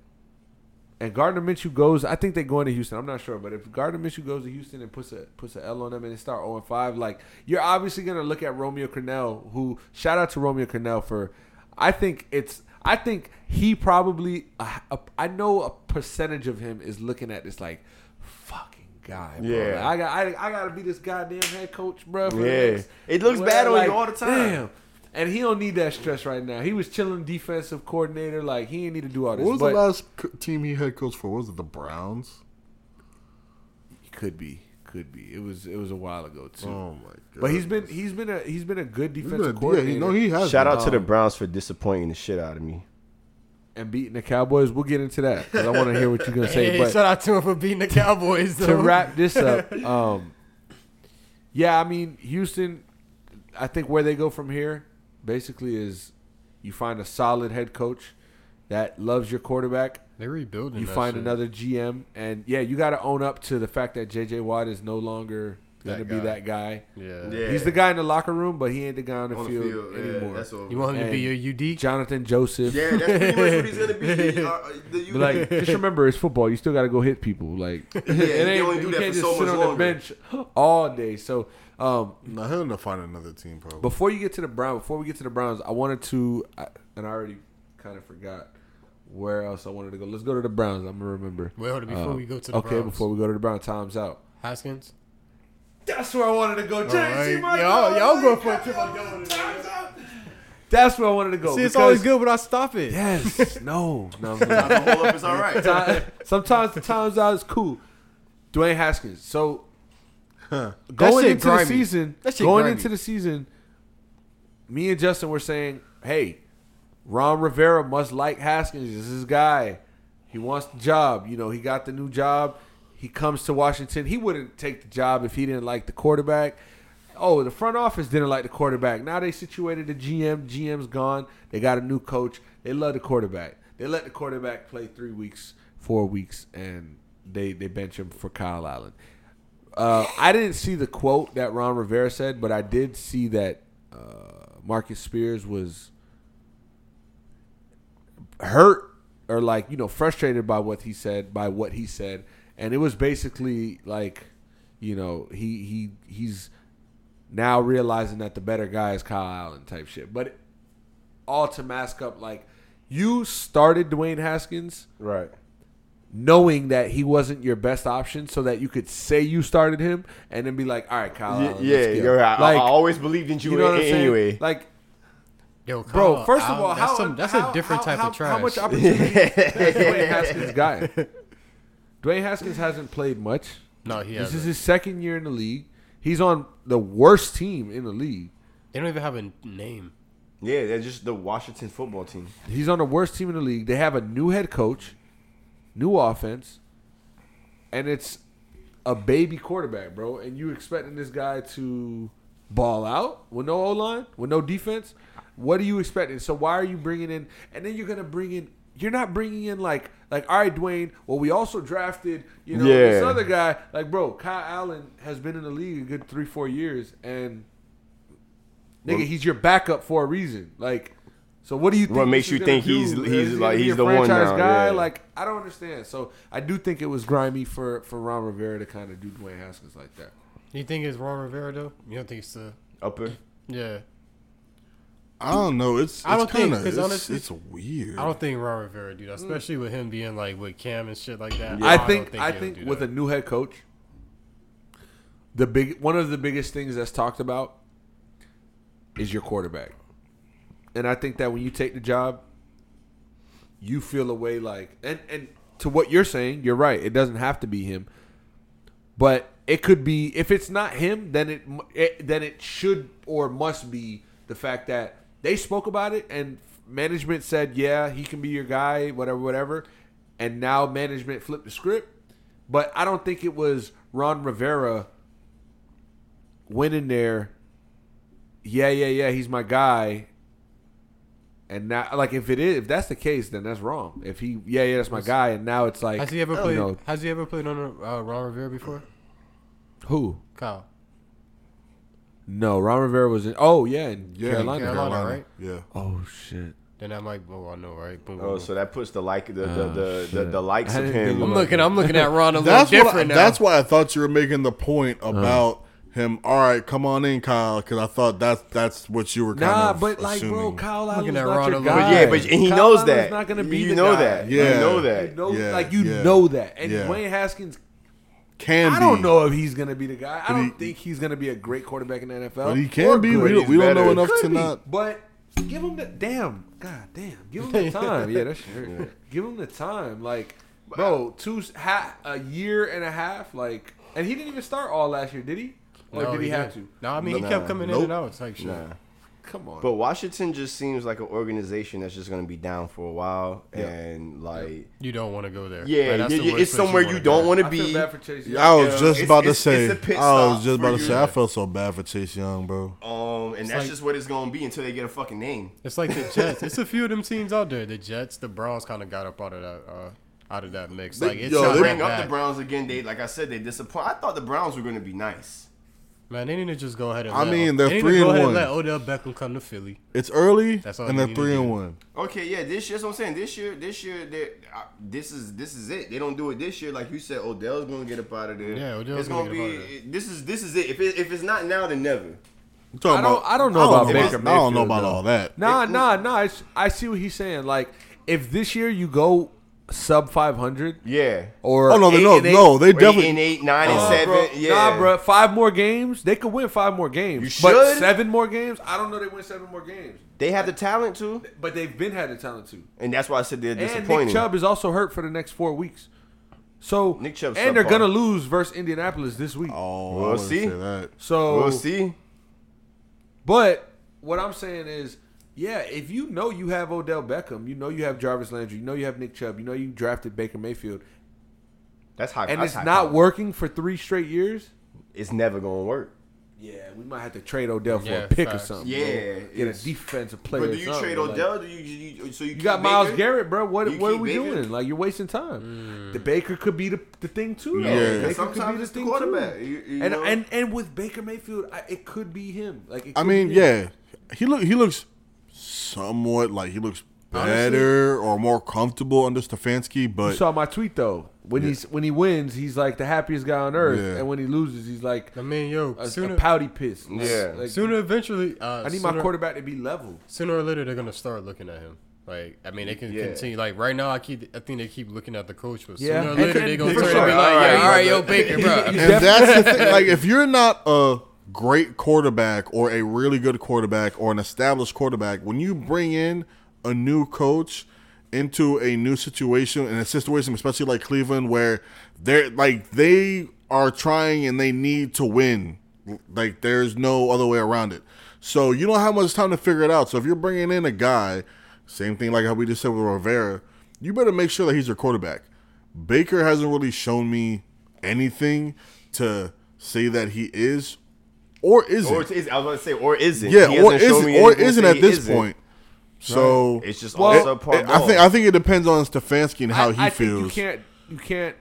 and Gardner Minshew goes, I think they go into Houston. I'm not sure, but if Gardner Minshew goes to Houston and puts a puts a L on them and they start 0 5, like you're obviously gonna look at Romeo Cornell, who shout out to Romeo Cornell for, I think it's I think he probably a- a- I know a percentage of him is looking at this like fucking guy. Bro.
Yeah.
Like, I got I, I gotta be this goddamn head coach, bro. for the
Yeah.
next-
It looks bad on you all the time.
Damn. And he don't need that stress right now. He was chilling defensive coordinator, like he ain't need to do all this.
What was
but
the last c- team he head coached for? Was it the Browns?
Could be, could be. It was it was a while ago too.
Oh my god!
but he's been he's been a he's been a good
He's been
defensive
a, yeah,
coordinator
he, no, he has.
Shout
been.
out to the Browns for disappointing the shit out of me.
and beating the Cowboys. We'll get into that because I want to hear what you're gonna say.
Hey,
but
shout out to him for beating the Cowboys.
to
though.
wrap this up, um, yeah, I mean Houston. I think where they go from here basically is you find a solid head coach that loves your quarterback.
They're rebuilding.
You
that
find
shit.
another GM, and yeah, you got to own up to the fact that J.J. Watt is no longer going to
That
be
guy.
that guy.
Yeah.
He's the guy in the locker room, but he ain't the guy on the, field, anymore.
You want him to be your UD?
Jonathan Joseph.
Yeah, that's pretty much what he's gonna be. Uh, uh, the- you-
But like, just remember, it's football. You still got to go hit people. Like,
you
it ain't,
can only do
you
that
can't just
for so
sit
much
on the
longer.
bench all day. So, um,
No, he'll end up finding another team probably.
before you get to the Brown, before we get to the Browns, I wanted to, I, and I already kind of forgot where else I wanted to go. Let's go to the Browns. I'm gonna remember. Um,
Wait, hold on, before we go to the
Uh, okay,
Browns.
before we go to the Browns, time's out.
Haskins.
That's where I wanted to go. James,
right.
you might
Y'all-
go.
y'all go for it, too.
Time's out. That's where I wanted to go.
See, it's
because-
always good when I stop it.
Yes. No. No. I'm good.
the whole up is all right.
Ti- sometimes the times out is cool. Dwayne Haskins. So going
shit
into
grimy.
the season,
That shit
going
grimy.
into the season, me and Justin were saying, "Hey, Ron Rivera must like Haskins. This is his guy. He wants the job. You know, he got the new job. He comes to Washington. He wouldn't take the job if he didn't like the quarterback. Oh, the front office didn't like the quarterback. Now they situated the GM. GM's gone. They got a new coach. They love the quarterback. They let the quarterback play three weeks, four weeks, and they they bench him for Kyle Allen. Uh, I didn't see the quote that Ron Rivera said, but I did see that uh, Marcus Spears was hurt or like you know frustrated by what he said by what he said and it was basically like you know he he he's now realizing that the better guy is Kyle Allen type shit but all to mask up like you started Dwayne Haskins
Right.
knowing that he wasn't your best option so that you could say you started him and then be like all right Kyle
Yeah,
Allen,
yeah
Uh, let's go.
you're right. I, I
Like,
always believed in you,
you know what I'm saying
anyway.
like
Yo,
Bro,
Kyle
first of
Allen,
all,
that's,
how,
some, that's
how-
a different
how-
type
how-
of trash.
How much opportunity has Dwayne Haskins gotten? Dwayne Haskins hasn't played much.
no, he
this is
has.
his second year in the league. He's on the worst team in the league.
They don't even have a name.
yeah, they're just the Washington football team.
He's on the worst team in the league. They have a new head coach, new offense, and it's a baby quarterback, bro. And you expecting this guy to ball out with no O line, with no defense? What are you expecting? So why are you bringing in? And then you're gonna bring in. You're not bringing in like like all right, Dwayne. Well, we also drafted you know this
Yeah.
other guy. Like, bro, Kyle Allen has been in the league a good three four years, and nigga, he's your backup for a reason. Like, So what do you? think
What makes
this
you
is gonna
think he's-
do?
he's
Is he gonna
like-
be
he's
a
the one
franchise
now,
guy?
yeah.
Like I don't understand. So I do think it was grimy for for Ron Rivera to kind of do Dwayne Haskins like that.
You think it's Ron Rivera though? You don't think it's the
Upper.
yeah?
I don't know. It's
I
it's
don't think-
kinda-
'cause
it's-
honestly-
it's weird.
I don't think Ron Rivera do that, especially with him being like with Cam and shit like that.
I
don't
think I
he'll
think
do
with
that.
a new head coach, the big one of the biggest things that's talked about is your quarterback, and I think that when you take the job, you feel a way like and and to what you're saying, you're right. It doesn't have to be him, but it could be if it's not him, then it, mu- it then it should or must be the fact that they spoke about it and management said, yeah, he can be your guy, whatever, whatever, and now management flipped the script. But I don't think it was Ron Rivera went in there. Yeah, yeah, yeah. He's my guy. And now, like, if it is, if that's the case, then that's wrong. If he, yeah, yeah, that's my guy, and now it's like,
Has he ever
you
played?
know,
Has he ever played on uh, Ron Rivera before?
who?
Kyle.
No, Ron Rivera was in. Oh yeah, in
yeah,
Carolina.
Carolina, right?
Yeah.
Oh shit.
Then that might. Oh, I know, right? But
Oh, so that puts the like the the the, the,
Ah, shit.
the likes
I
of
didn't
him.
think
I'm looking. I'm looking at Ron a little
That's
different
what. I,
now.
That's why I thought you were making the point
Uh-huh.
about him. All right, come on in, Kyle, because I thought that's that's what you were kind
Nah,
of
but like, bro,
assuming.
Kyle
Looking
Allen's
at
not
Ron
your
Allen.
guy.
But yeah, but and he
Kyle
knows
Allen's
that.
not gonna be
you
the
know
guy.
that.
Yeah.
You know
You
that.
know,
Yeah,
like you
yeah.
know that, and
Yeah.
Dwayne Haskins.
can
I
be.
don't know if he's gonna be the guy. I
But he-
don't think he's gonna be a great quarterback in the NFL.
But he can
or
be.
good.
We don't, we
He's
don't know
better.
enough
Could
to
be,
not.
But give him the damn. God damn. Give him the time. yeah, that's sure. Give him the time. Like, bro, two s- ha, a year and a half. Like, and he didn't even start all last year, did he? Or did he, have to?
No, I mean he
Oh, Nah.
kept coming in and out type shit.
Nah.
Come on.
But Washington just seems like an organization that's just gonna be down for a while, and like
You don't want to go there.
yeah,
Like, that's
yeah,
the
yeah,
worst
it's
place
somewhere
wanna
you
go.
don't want to
I
be.
feel bad for Chase. Young.
I was
Yeah,
just
it's-
about to
it's-
say.
it's a pit
I was
stop
just
for
about to
you.
say. I felt so bad for Chase Young, bro.
Um, and that's
like-
just what it's gonna be until they get a fucking name.
It's like the Jets. it's a few of them teams out there. The Jets, the Browns, kind of got up out of that. Uh, out of that mix, like it's
yo,
not
they-
that
Bring up the
bad.
Browns again. They like I said, they disappoint. I thought the Browns were gonna be nice.
Man, they need to just go ahead and.
I
let-
mean, they're
they need to
three
go
and
ahead
one.
let Odell Beckham come to Philly.
It's early,
That's all
and
they
they're
need to
three
do.
and one.
Okay, yeah, this year, that's what I'm saying. This year, this year, they- uh, this is this is it. They don't do it this year, like you said. Odell's gonna get up out of there.
Yeah, Odell's
it's
gonna
gonna,
get up
be.
out of
This is this is it. If it, if it's not now, then never.
You talking
I don't- I don't know about Baker
I don't know
Mayfield,
about
though.
all that.
Nah, nah, nah. I s- I see what he's saying. Like, if this year you go sub five hundred,
Yeah.
or
Oh no, they,
Eight
no,
and eight-
no,
or
they
eight
definitely.
and eight, nine and
Oh,
Nah,
seven.
bro.
yeah,
Nah, bro. Five more games, they could win five more games.
You
But
should.
seven more games, I don't know they win seven more games.
They have the talent too,
But they've been had the talent too.
and that's why I said they're
And
disappointing.
Nick Chubb is also hurt for the next four weeks. So
Nick Chubb's
and they're
subpar.
gonna lose versus Indianapolis this week.
Oh, I
We'll
wouldn't
see.
say that.
So
We'll see.
But what I'm saying is, yeah, if you know you have Odell Beckham, you know you have Jarvis Landry, you know you have Nick Chubb, you know you drafted Baker Mayfield,
That's high.
and
that's
it's
high
not
power.
working for three straight years.
It's never gonna work.
Yeah, we might have to trade Odell for
Yeah,
a pick
facts.
or something.
Yeah,
bro. get a
it's-
defensive player.
But do
or
you
something,
trade
like-
Odell? do you, you, you- so you,
you
keep
got Miles
Baker?
Garrett, bro. What
You
what are
keep
we
Baker?
doing? Like you're wasting time. The Baker could be the, the thing too.
Yeah,
though.
Mm. Yeah.
Baker
sometimes it's the
too.
quarterback. You- you
and
know?
and and with Baker Mayfield, I, it could be him. Like it
I
could
mean,
be him.
yeah, he look he looks somewhat like he looks better or more comfortable under Stefanski,
You
but
saw my tweet though. When he's when he wins, he's like the happiest guy on earth,
Yeah.
and when he loses, he's like
I mean, yo,
a,
sooner,
a pouty piss. Like-
Yeah.
like,
sooner, eventually. Uh,
I need
sooner,
my quarterback to be level.
Sooner or later, they're gonna start looking at him. Like, I mean, they can
Yeah.
continue. Like right now, I keep, I think they keep looking at the coach, but
Yeah.
sooner or
And-
later,
and-
they gonna
for
turn
sure.
and be like,
All right,
yeah, all right,
my
yo,
bad.
Baker, bro.
and that's the thing. Like, if you're not a great quarterback or a really good quarterback or an established quarterback, when you bring in a new coach into a new situation and a situation, especially like Cleveland, where they're like they are trying and they need to win. Like, there's no other way around it. So you don't have much time to figure it out. So if you're bringing in a guy, same thing like how we just said with Rivera, you better make sure that he's your quarterback. Baker hasn't really shown me anything to say that he is or isn't.
Or is, I was about to say, or isn't?
yeah,
He
or
hasn't shown
isn't,
me
or
anything to
isn't
say
at
he
this
isn't.
point. So
It's just
Well,
all subpar.
I
ball.
think I think it depends on Stefanski and how
I,
he
I think you
feels.
can't you can't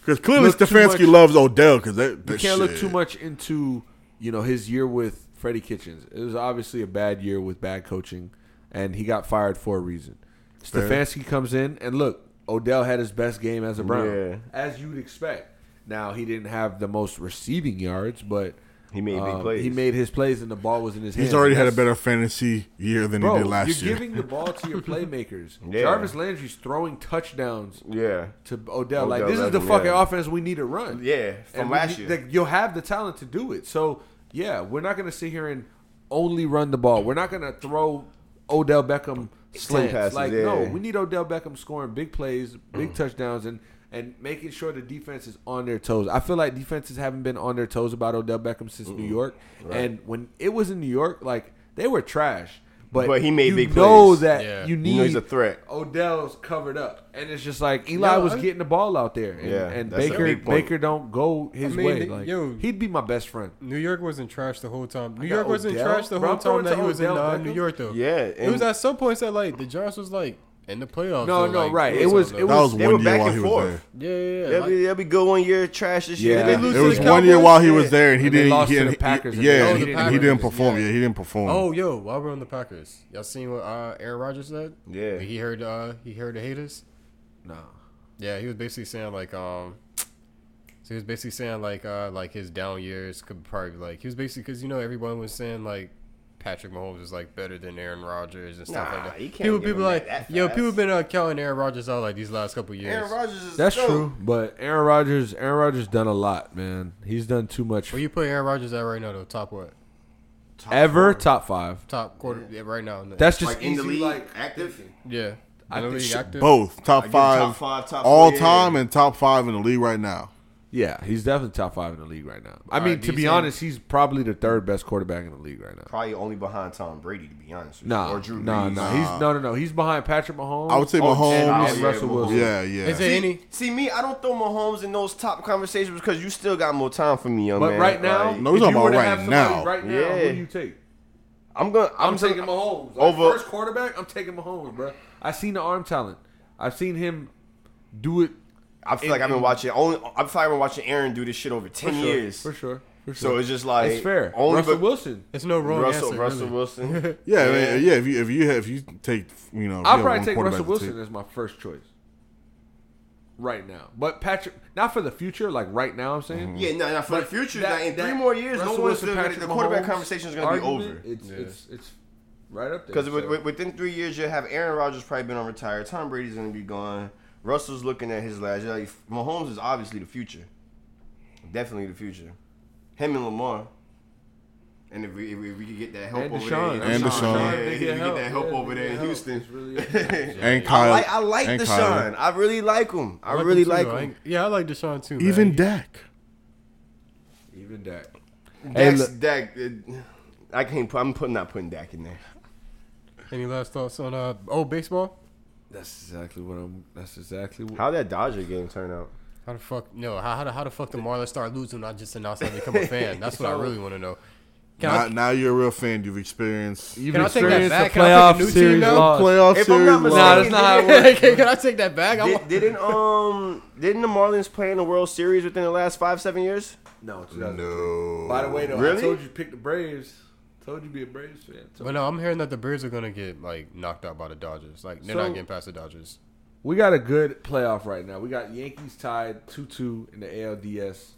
Because clearly
look too
Stefanski
much-
loves Odell. Because that,
you
that
can't look
shit.
too much into you know his year with Freddie Kitchens. It was obviously a bad year with bad coaching, and he got fired for a reason. Stefanski comes in, and look, Odell had his best game as a Brown,
Yeah.
as you'd expect. Now he didn't have the most receiving yards, but
He made big
um,
plays.
He made his plays, and the ball was in his hands.
He's already had a
That's-
better fantasy year than
Bro,
he did last
you're
year.
giving the ball to your playmakers.
Yeah.
Jarvis Landry's throwing touchdowns
Yeah.
to Odell. like
Odell
this is the
Beckham,
fucking
yeah.
offense we need to run.
Yeah, from
And we
last
need-
year.
like, you'll have the talent to do it. So yeah, we're not gonna sit here and only run the ball. We're not gonna throw Odell Beckham slants.
passes,
like
yeah. Mm.
no, we need Odell Beckham scoring big plays, big touchdowns, and and making sure the defense is on their toes. I feel like defenses haven't been on their toes about Odell Beckham since New York. And when it was in New York, like they were trash. But,
But he made
you
big
know
plays.
that
Yeah.
you need
You know he's a threat.
Odell's covered up, and it's just like Eli
Yeah,
was
I-
getting the ball out there, and,
Yeah,
and
that's a
Baker
big point.
Baker don't go his
I mean,
way. Like
yo-
he'd be my best friend.
New York wasn't trash the whole time. New
got
York wasn't
Odell.
trash the
Bro,
whole
I'm throwing
time that
to
he was in
Odell
uh,
Beckham.
New York though.
Yeah,
it was
and-
at some points that like the Giants was like in the playoffs.
No,
or,
no,
like,
right. It
or
was
something.
it
that was
was
they
one
were
year
back
while
and
he was
forth.
there.
Yeah, yeah, yeah.
That'd
Like,
be, that'd be good one year, trash this year.
Yeah.
They
They lose
lose
It
to
was
the
one year
Cowboys?
while he was
Yeah.
there, and he
And they
didn't.
lost
he
to the
didn't-
Packers
he-
and
yeah,
they
he,
lost
he
to the
didn't,
Packers.
perform. Yeah, he didn't perform.
Mm.
Oh, yo, while we're on the Packers, y'all seen what uh, Aaron Rodgers said?
Yeah.
he heard uh, he heard the haters.
no.
Yeah, he was basically saying like um so he was basically saying like uh like his down years could probably be like he was basically cuz you know everyone was saying like Patrick Mahomes is like better than Aaron Rodgers and stuff
Nah,
like that.
you can't
People,
give
people
him
like,
that
yo,
fast.
people been uh, counting Aaron Rodgers out like these last couple years.
Aaron Rodgers is
That's
dope.
true, but Aaron Rodgers Aaron Rodgers done a lot, man. He's done too much.
Where you put Aaron Rodgers at right now though? Top what?
Ever top five.
Top quarter yeah, right now. in the-
That's just
Like in the
easy,
league,
like-
active.
yeah.
I
In the
think
league
shit,
active.
Both top
give
five,
top five, top
all
four, yeah.
time, and top five in the league right now.
yeah, he's definitely top five in the league right now. I mean,
right, do
to
you
be
think-
honest, he's probably the third best quarterback in the league right now.
Probably only behind Tom Brady, to be honest. With
Nah,
you. or Drew
nah,
Brees.
nah. He's no, no, no. He's behind Patrick Mahomes.
I would say
and,
Mahomes.
and
yeah,
Russell
Mahomes.
Wilson.
Yeah, yeah.
Is there any
See me, I don't throw Mahomes in those top conversations because you still got more time for me, young
But
man.
right now,
Like,
No, we're
if
talking
you were to
about
have
right
somebody
now.
Right now, who
Yeah.
do you take?
I'm gonna,
I'm,
I'm,
taking
Mahomes.
Mahomes. Like,
over-
first quarterback, I'm taking Mahomes, bro. I've seen the arm talent. I've seen him do it
I feel like I've been watching only. I've probably been watching Aaron do this shit over
for
ten
sure.
years.
For sure. For sure.
So it's just like
it's fair.
Only
Russell
but-
Wilson.
It's no wrong
Russell,
answer.
Russell
really.
Wilson.
yeah, I mean, yeah. If you if you have, if you take you know, if you
I'll
have
probably
one
take
quarterback
Russell
to take-
Wilson as my first choice. Right now. But Patrick not for the future, like right now I'm saying.
Yeah, no, no, for
But
the Mm-hmm. future,
that-
like, in three
that
more years,
Russell
no one's
Wilson,
still gonna, the
Patrick
quarterback
Mahomes
conversation is going to be
argument,
over.
It's, it's it's right up there.
Because
so.
within three years, you'll have Aaron Rodgers probably been on retired. Tom Brady's going to be gone. Russell's looking at his last. year. Like, Mahomes is obviously the future. Definitely the future. Him and Lamar. And if we, if we, if we could get that help
And
over
Deshaun.
there.
And Deshaun.
Yeah,
They
if we
get
could get that
help.
help
Yeah,
over
they
there
get
in
help.
Houston.
It's really-
and
I
Kyle.
like, I like
and
Deshaun.
Kyler.
I really like him. I,
like him,
really
too,
like
though.
him.
I- yeah, I like Deshaun too.
Even
man.
Dak.
Even Dak.
Dak's,
look-
Dak, uh, I can't put, I'm putting, not putting Dak in there.
Any last thoughts on uh oh baseball?
That's exactly what I'm that's exactly what
How'd that Dodger game turn out?
how the fuck no, how how the, how the fuck the Marlins start losing when I just announced I become a fan? That's what I really want to know. Can
Now,
I
now you're a real fan. You've experienced
You've
Can I take that
experienced
back?
a
Can I pick a
playoff
new team
series
now?
loss.
playoff
If
series.
I'm not
loss.
Nah, that's not how it works.
Hey, can I take that back? I want-
Did, didn't um didn't the Marlins play in the World Series within the last five seven years?
No, two thousand.
No.
By the way, though, I
Really?
told you to pick the Braves. Told you to be a Braves fan. So-
But no, I'm hearing that the Braves are gonna get like knocked out by the Dodgers. Like they're
So-
not getting past the Dodgers.
We got a good playoff right now. We got Yankees tied two two in the ALDS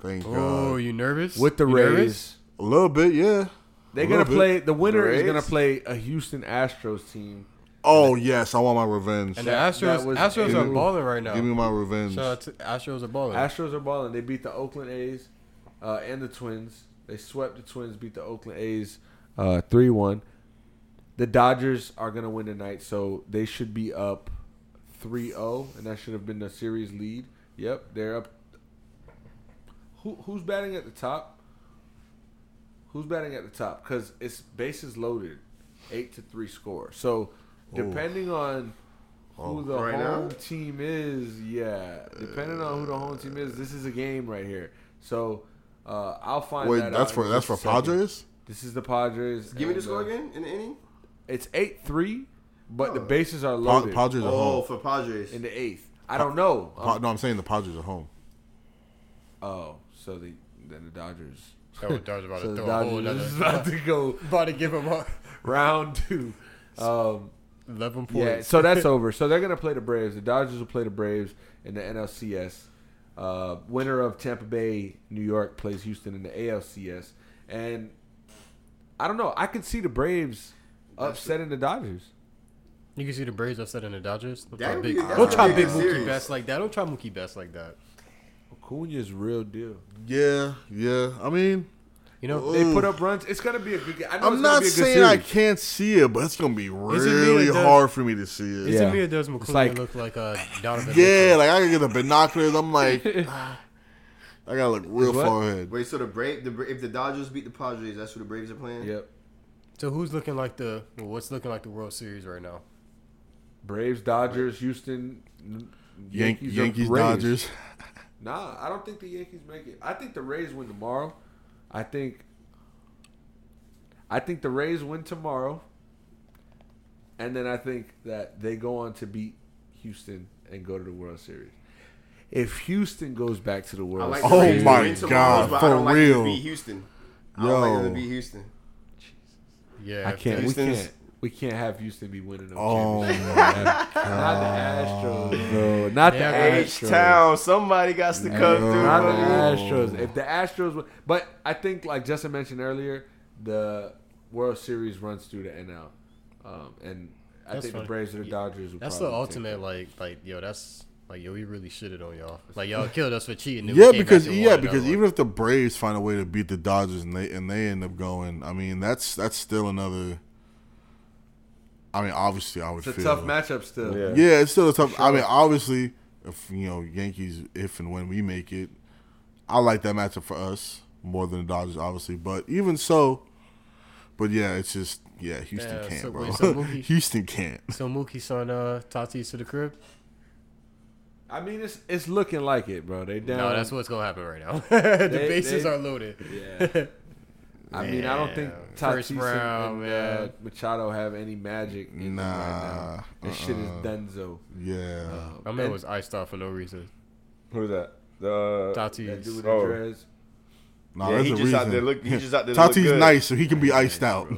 Thank
Oh,
God.
you nervous?
with the
You
Rays.
nervous?
A little bit, yeah.
They're
A
gonna
little bit.
play. The winner
The
is gonna
Rays?
play a Houston Astros team.
Oh yes, I want my revenge.
And the
That-
Astros,
that was
Astros are
a-
balling right now.
Give me my revenge.
Shout out to Astros are balling.
Astros are balling. They beat the Oakland A's uh, and the Twins. They swept the Twins. Beat the Oakland A's uh, three one. The Dodgers are gonna win tonight, so they should be up 3-0, and that should have been the series lead. Yep, they're up. Who who's batting at the top? Who's batting at the top? Because it's bases loaded, eight to three score. So depending on
Oh,
who the
Right now?
home team is, yeah, depending on who the home team is, this is a game right here. So uh, I'll find.
Wait,
that out
that's for
in
that's for
just a second.
Padres.
This is the Padres.
Give me
and,
the score
uh,
again in the inning.
It's eight three, but the bases are
Pa-
loaded
Padres at
Oh,
home.
for Padres.
in the eighth. I don't know.
Pa-
Um,
no, I'm saying the Padres at home.
oh, so the then the Dodgers.
Oh, Dodgers about
So
to
the
throw a whole
Dodgers is
nother.
about to go
About to give him up.
round two. Um,
Eleven points.
yeah, so that's over. So they're gonna play the Braves. The Dodgers will play the Braves in the NLCS. Uh, winner of Tampa Bay, New York plays Houston in the ALCS, and I don't know. I could see the Braves upsetting the Dodgers.
You can see the Braves upset in the Dodgers. Don't try
That'd
big,
be- that's
don't
a
try
big
big Mookie
series.
best like that. Don't try Mookie best like that.
Acuna's real deal.
Yeah, yeah. I mean,
You know,
They put up runs. It's gonna be a good game. I know
I'm
it's gonna
not
be a good
saying I
series.
can't see it, but it's gonna be
Is it really
really
does-
hard for me to see it.
Is
Yeah.
it me or does McCoy
like-
look like uh, Donovan?
Yeah, like I gotta get the binoculars. I'm like, I gotta look real
What?
far ahead.
Wait, so the Brave, the Bra- if the Dodgers beat the Padres, that's who the Braves are playing.
Yep.
So who's looking like the well, what's looking like the World Series right now?
Braves, Dodgers, Houston,
Yan-
Yankees,
Yankees,
or Rays.
Dodgers.
Nah, I don't think the Yankees make it. I think the Rays win tomorrow. I think I think the Rays win tomorrow. And then I think that they go on to beat Houston and go to the World Series. If Houston goes back to the
I
World
like the
Series,
Braves to
Oh my
win tomorrow,
God,
but I
for
don't like them to
real.
beat Houston. I don't like them
Yo.
to beat Houston.
Yeah,
I can't. We
Houston's-
can't. We can't have Houston be winning them
Oh
championships.
my
Not the Astros, bro. Not
Yeah,
the
right.
H
Astros.
Town, somebody got to come through.
Not the
motherfucker.
Astros. If the Astros, win- but I think like Justin mentioned earlier, the World Series runs through the NL, um, and I
That's
think
funny.
the Braves or the Dodgers. Will
That's the
probably take
ultimate
it.
like like yo, that's like yo, we really shitted on y'all. Like y'all killed us for cheating. and we came
yeah,
back
because
and
yeah,
won
because
another
even
one.
if the Braves find a way to beat the Dodgers and they and they end up going, I mean that's that's still another. I mean, obviously, I would
It's a
feel
tough matchup still.
Yeah.
Yeah, it's still a tough. I mean, obviously, if you know Yankees, if and when we make it, I like that matchup for us more than the Dodgers, obviously. But even so, but yeah, it's just yeah, Houston
Yeah,
can't,
so
bro.
wait, so Mookie-
Houston can't.
so Mookie son uh, Tatis to the crib.
I mean, it's it's looking like it, bro. They down.
No, that's what's gonna happen right now. the
They-
bases
they-
are loaded.
Yeah. I mean, I don't think
Yeah.
Tatis
First
and-
round,
and uh,
man.
Machado have any magic. In them right
Nah,
now. this shit is
uh-uh.
Dunzo. Um,
Yeah,
Uh,
My man was iced out for no reason.
Who's that? The
that dude with
Tatis.
the
Oh.
dreads.
nah,
Yeah,
there's
he
a
just out
reason.
there look- he just out there to look
Tati's
good.
nice, so he can be iced out.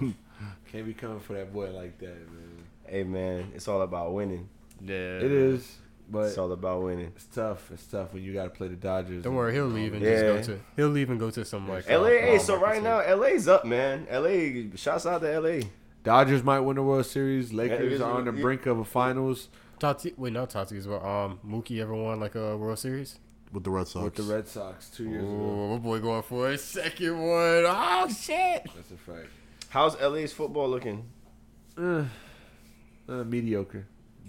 Can't be coming for that boy like that, man.
Hey man, it's all about winning.
Yeah,
It is, but
It's all about winning.
It's tough. It's tough when you got to play the Dodgers.
Don't worry, he'll leave and
Yeah.
just go to he'll leave and go to some like Um,
LA, hey,
farm
so
market
right now LA's up, man. LA, shouts out to LA.
Dodgers might win the World Series. Lakers
because
are on the
you-
brink of a finals
Tati, wait, not Tatis, but um, Mookie ever won like a World Series?
with the Red Sox.
with the Red Sox two years ago.
Oh, my boy going for his second one. Oh shit!
That's a fact.
How's LA's football looking?
Uh, mediocre.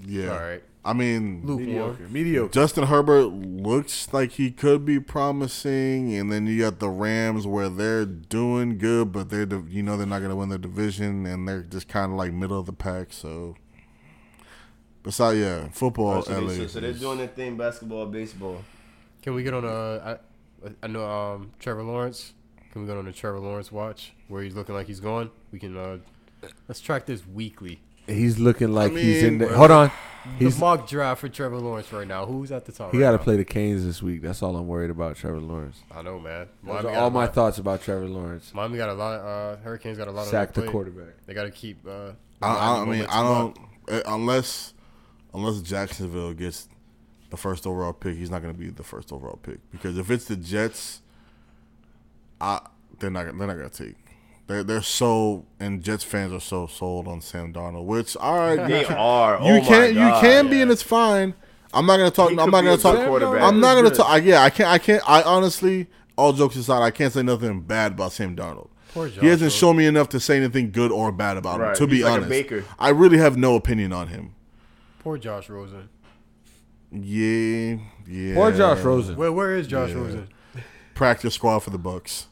yeah,
All right,
I mean,
lukewarm.
Mediocre. Mediocre.
Justin Herbert looks like he could be promising, and then you got the Rams where they're doing good, but they're div- you know they're not gonna win their division, and they're just kind of like middle of the pack. So, besides, yeah, football,
so,
LA.
they, so, so they're doing their thing, basketball, baseball.
Can we get on a? I, I know um Trevor Lawrence. Can we get on a Trevor Lawrence watch where he's looking like he's going? We can uh, let's track this weekly.
He's looking like he's in
mean,
the. Hold on. He's
the mock draft for Trevor Lawrence right now. Who's at the top?
he
right
got to
now?
play the Canes this week. That's all I'm worried about, Trevor Lawrence.
I know, man.
Those
Miami
are
got
all
a
my
lot-
thoughts about Trevor Lawrence.
Miami got a lot. Uh, Hurricanes got a lot.
Sack
on
the
their plate.
quarterback.
They got to keep. Uh,
I, I, I mean,
moments
I
up.
don't uh, unless unless Jacksonville gets the first overall pick, he's not gonna be the first overall pick because if it's the Jets, I they're not they're not gonna take. They're, they're so and Jets fans are so sold on Sam Darnold, which all right,
They are.
You
oh my
can
God.
you can be and it's fine. I'm not gonna talk.
He could
I'm not
be
gonna
a
talk.
good quarterback.
I'm not gonna
Good.
talk. I, yeah, I can't. I can't. I honestly, all jokes aside, I can't say nothing bad about Sam Darnold.
Poor
He hasn't
Josh,
shown me enough to say anything good or bad about him.
Right.
To be
He's like a
honest,
baker.
I really have no opinion on him.
Poor Josh Rosen.
Yeah, yeah.
Poor Josh Rosen.
Where where is Josh Rosen?
Practice squad for the Bucks.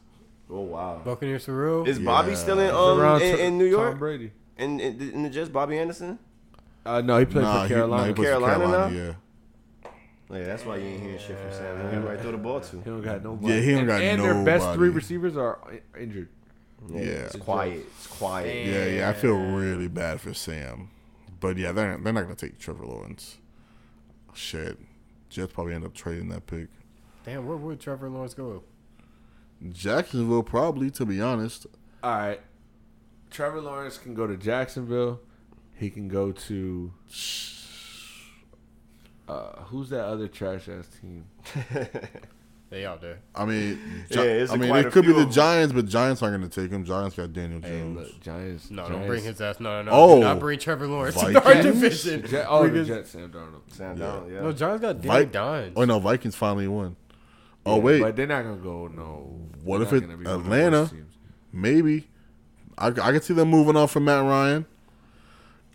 Oh wow.
Buccaneers for real?
Is Bobby
Yeah.
still in
Around
um in,
Tom-
in New
Tom
York?
Brady.
In, in, in the Jets, Bobby Anderson.
Uh, no, he played
Nah,
for
he- nah,
Carolina.
he
He,
plays for
Carolina
Carolina,
now? Yeah, that's why you ain't hearing shit from Sam. You gotta right throw the ball to.
don't got nobody.
Yeah, he don't
and,
got
And their best three
nobody.
receivers are i- injured.
Yeah, yeah,
It's quiet. It's quiet.
yeah, yeah. I feel really bad for Sam, but yeah, they're they're not gonna take Trevor Lawrence. Oh, Shit, Jets probably end up trading that pick.
Damn, where would Trevor Lawrence go?
Jacksonville, probably. To be honest,
All right. Trevor Lawrence can go to Jacksonville. He can go to. Uh, who's that other trash ass team?
They out there.
I mean,
Yeah, it's
I mean,
quite
it
a
could be
few
the
of 'em.
Giants, but Giants aren't going to take him. Giants got Daniel
Hey,
Jones.
look, Giants.
No,
Giants.
don't bring his ass. No, no, no.
Oh.
Do not bring Trevor Lawrence to our
Vikings?
division.
Ja- oh, the
Because-
Jets, Sam Darnold.
Sam Donald, yeah.
No, John's got
Vi-
Derek Dines.
oh no, Vikings finally won. Oh
Yeah,
wait,
but they're not gonna go. No.
What
They're
if
not
it-
gonna be one of the
Atlanta?
worst teams.
maybe I, I could see them moving on from Matt Ryan.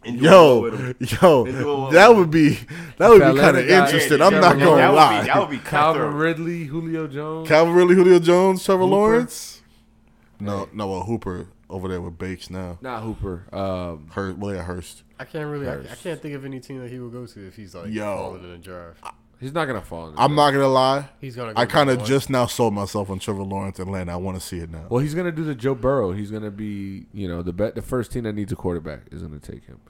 And you all with
Yo,
him. And do
yo,
all
that
with
would be that would be kind
Atlanta
of
got-
interesting.
Yeah,
I'm
yeah,
not
that would
gonna
be-
lie.
That would be
Calvin
cutthroat.
Ridley, Julio Jones.
Calvin Ridley, Julio Jones, Trevor
Hooper.
Lawrence. No, no, well, Hooper over there with Bakes now.
Not Hooper. Um,
Hurst, well, yeah, Hurst.
I can't really. I, I can't think of any team that he would go to if he's like
Yo.
falling in the draft.
he's not gonna fall. In the
I'm not gonna lie.
He's gonna. Go
I kind
to
of
one.
just now sold myself on Trevor Lawrence Atlanta. I want to see it now.
Well, he's gonna do the Joe Burrow. He's gonna be, you know, the bet the first team that needs a quarterback is gonna take him.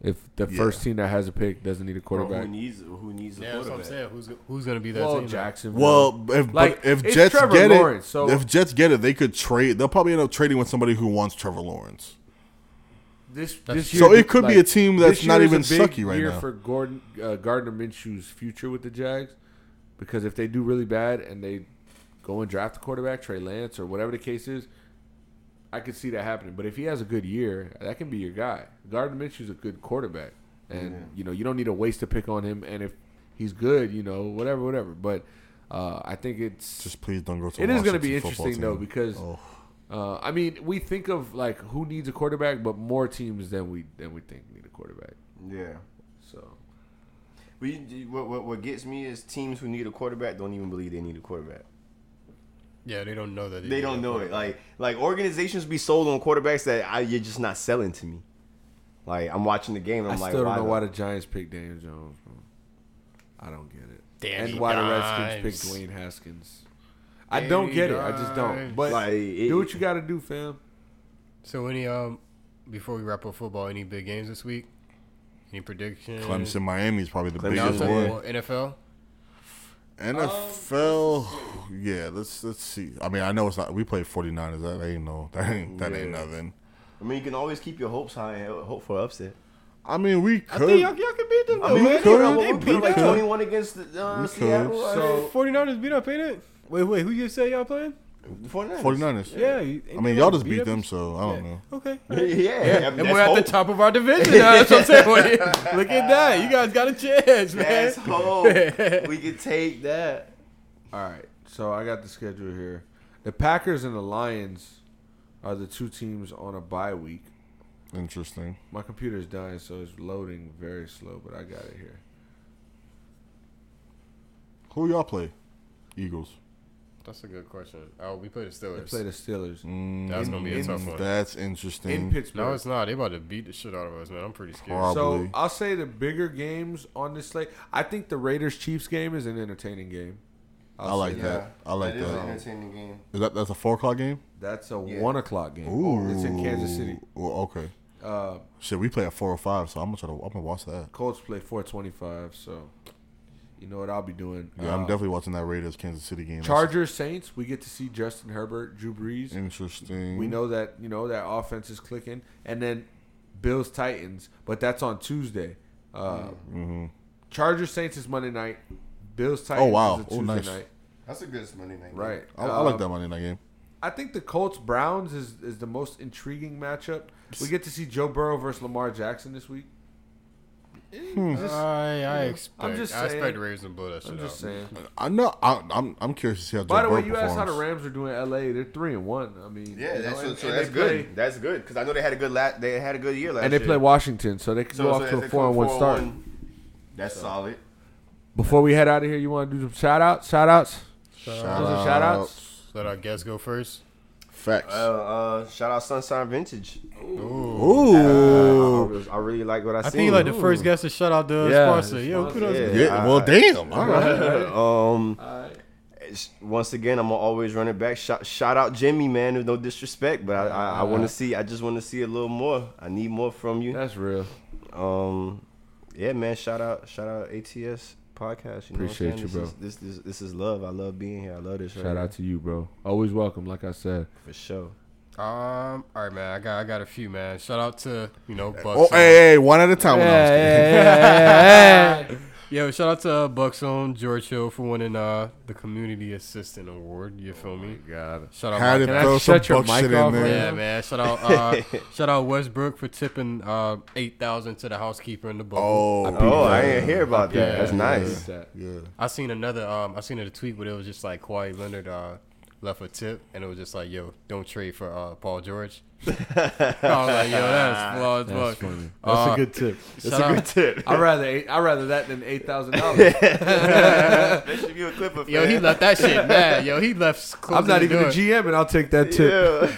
If the
Yeah.
first team that has a pick doesn't need a
Bro,
quarterback,
Who needs who needs a
Yeah, that's what I'm
quarterback?
saying. Who's who's gonna be that
well,
team?
Jackson.
Well, if
Like,
but if
it's
Jets
Trevor
get
Lawrence,
it,
so-
if Jets get it, they could trade. They'll probably end up trading with somebody who wants Trevor Lawrence.
this,
That's-
this
So it could be a team
this
that's
year
not
is
even
a big
sucky right
year
now.
for Gordon uh, Gardner Minshew's future with the Jags, because if they do really bad and they go and draft a quarterback, Trey Lance or whatever the case is, I could see that happening. But if he has a good year, that can be your guy. Gardner Minshew's a good quarterback, and you know you don't need to waste a pick on him. And if he's good, you know whatever, whatever. But uh, I think it's
Just please don't go to.
it is going to be
Washington football
interesting though
team.
because
Oh.
uh, I mean we think of like who needs a quarterback, but more teams than we than we think need a quarterback.
Yeah.
So
But you- you- what, what what gets me is teams who need a quarterback don't even believe they need a quarterback.
Yeah, they don't know that.
They don't know it. Like like organizations be sold on quarterbacks that I, you're just not selling to me. Like I'm watching the game. And
i
I'm like,
still don't know
the-
why the Giants picked Daniel Jones. Bro. I don't get it.
Danny
and why the Redskins
Dimes.
picked Dwayne Haskins. I don't
Danny
get it. I just don't.
Dimes.
But
Like, it-
do what you got to do, fam.
So any um, before we wrap up football, any big games this week? Any predictions?
Clemson, Miami is probably the
Clemson,
No, I'm
biggest
Clemson.
saying,
one.
well, NFL.
NFL, yeah. Let's let's see. I mean, I know it's not. We played 49ers. That ain't no. That ain't that ain't
Yeah.
nothing.
I mean, you can always keep your hopes high and hope for upset.
I mean, we could.
can beat them.
I mean,
we
we
could.
could. They
We
beat like
could.
21 against the, uh,
We
Seattle.
could.
So,
49ers beat up, ain't it?
Wait, wait, who you say y'all playing?
49ers.
49ers.
Yeah, you- ain't
I mean,
they
y'all
like
just beat
up-
them, so I don't know.
Okay.
Yeah, yeah. I mean,
And
that's
we're at the
hope.
top of our division. now, That's what I'm saying. Look at that. You guys got a chance, man.
That's hope. we can take that.
All right. So I got the schedule here. The Packers and the Lions are the two teams on a bye week.
Interesting.
My computer's dying, so it's loading very slow, but I got it here.
Who y'all play? Eagles.
That's a good question. Oh, we play the
They
Steelers.
play the Steelers
That's gonna be a tough one.
That's interesting.
in Pittsburgh.
No, it's not. They about to beat the shit out of us, man. I'm pretty scared.
Prob- Probably.
So I'll say the bigger games on this slate. I think the Raiders Chiefs game is an entertaining game. I'll
I like
say
that. I like that. Is
entertaining game.
that that's a four o'clock game?
That's a
Yeah.
one o'clock game. Oh, It's in Kansas City.
Well, okay.
Uh,
Shit, we play at four or five, so I'm gonna try to. I'm gonna watch that.
Colts play four twenty five. So you know what I'll be doing.
Yeah, I'm
Uh,
definitely watching that Raiders Kansas City game. That's
Chargers Saints. We get to see Justin Herbert, Drew Brees.
Interesting.
We know that you know that offense is clicking, and then Bills Titans, but that's on Tuesday. Uh, Chargers Saints is Monday night. Bills Titans
wow.
is a
Mm-hmm. Oh,
Tuesday
nice.
night.
That's a good Monday night.
Right.
I, I like
Um,
that Monday night game.
I think the Colts Browns is, is the most intriguing matchup. We get to see Joe Burrow versus Lamar Jackson this week.
I, I expect.
just
I expect
saying.
the Ravens to blow that shit
I'm
out.
just saying.
I know. I, I'm I'm curious to see how.
By
Joe
the way,
Burrow
you asked how the
performs.
Rams are doing. in L.A. They're three and one. I mean,
Yeah,
you
that's,
know, and-
so
and
that's
they
good.
play-
that's good because I know they had a good la- they had a good year last
and they
year.
play Washington, so they can go off
if
to
they
a
come
four and one start.
4-1, That's solid.
Before we head out of here, you want to do some shout outs? Shout outs?
Shout
Those are
out.
shout outs.
Let our guests go first.
Facts.
Uh, uh, shout out Sunshine Vintage.
Ooh.
Uh, I, I really like what I,
I
seen.
think you like the first guest to shut out the
Yeah.
sponsor. Yo, kudos.
Yeah,
yeah,
I-
well, damn. All right.
um, it's- once again, I'm gonna always run it back. Shout, shout out Jimmy, man. There's no disrespect, but I, I, I want to see. I just want to see a little more. I need more from you.
That's real.
Um, yeah, man. Shout out, shout out ATS podcast. You know what I'm
Appreciate
saying?
you,
This
bro.
is- this, this this is love. I love being here. I love this. right
Shout
here,
out to you, bro. Always welcome. Like I said,
for sure.
Um, all right, man. I got I got a few, man. Shout out to you know Bucks.
Oh, hey, hey, one at a time. No, I'm just kidding.
Yo, shout out to uh, Bucks on George Hill for winning uh the Community Assistant Award. You feel me? Oh God. Shout out.
Had
Mike.
to
Can I-
throw some
shut your
buck
mic
shit
off,
in there.
Yeah, man. Shout out. Uh, shout out Westbrook for tipping uh eight thousand to the housekeeper in the bubble.
Oh,
Oh, I didn't hear about that.
Yeah.
That's nice.
yeah.
I seen another. Um, I seen a tweet where it was just like Kawhi Leonard uh, left a tip, and it was just like, "Yo, don't trade for uh, Paul George." I was like, "Yo, that's flawed." That's funny.
That's a good tip.
Shout out,
tip.
I Uh, rather eight, I rather that than eight thousand dollars.
That should be a clip of
yo, he left that shit mad. Yo, he left.
I'm not even a
G.
GM, and I'll take that tip.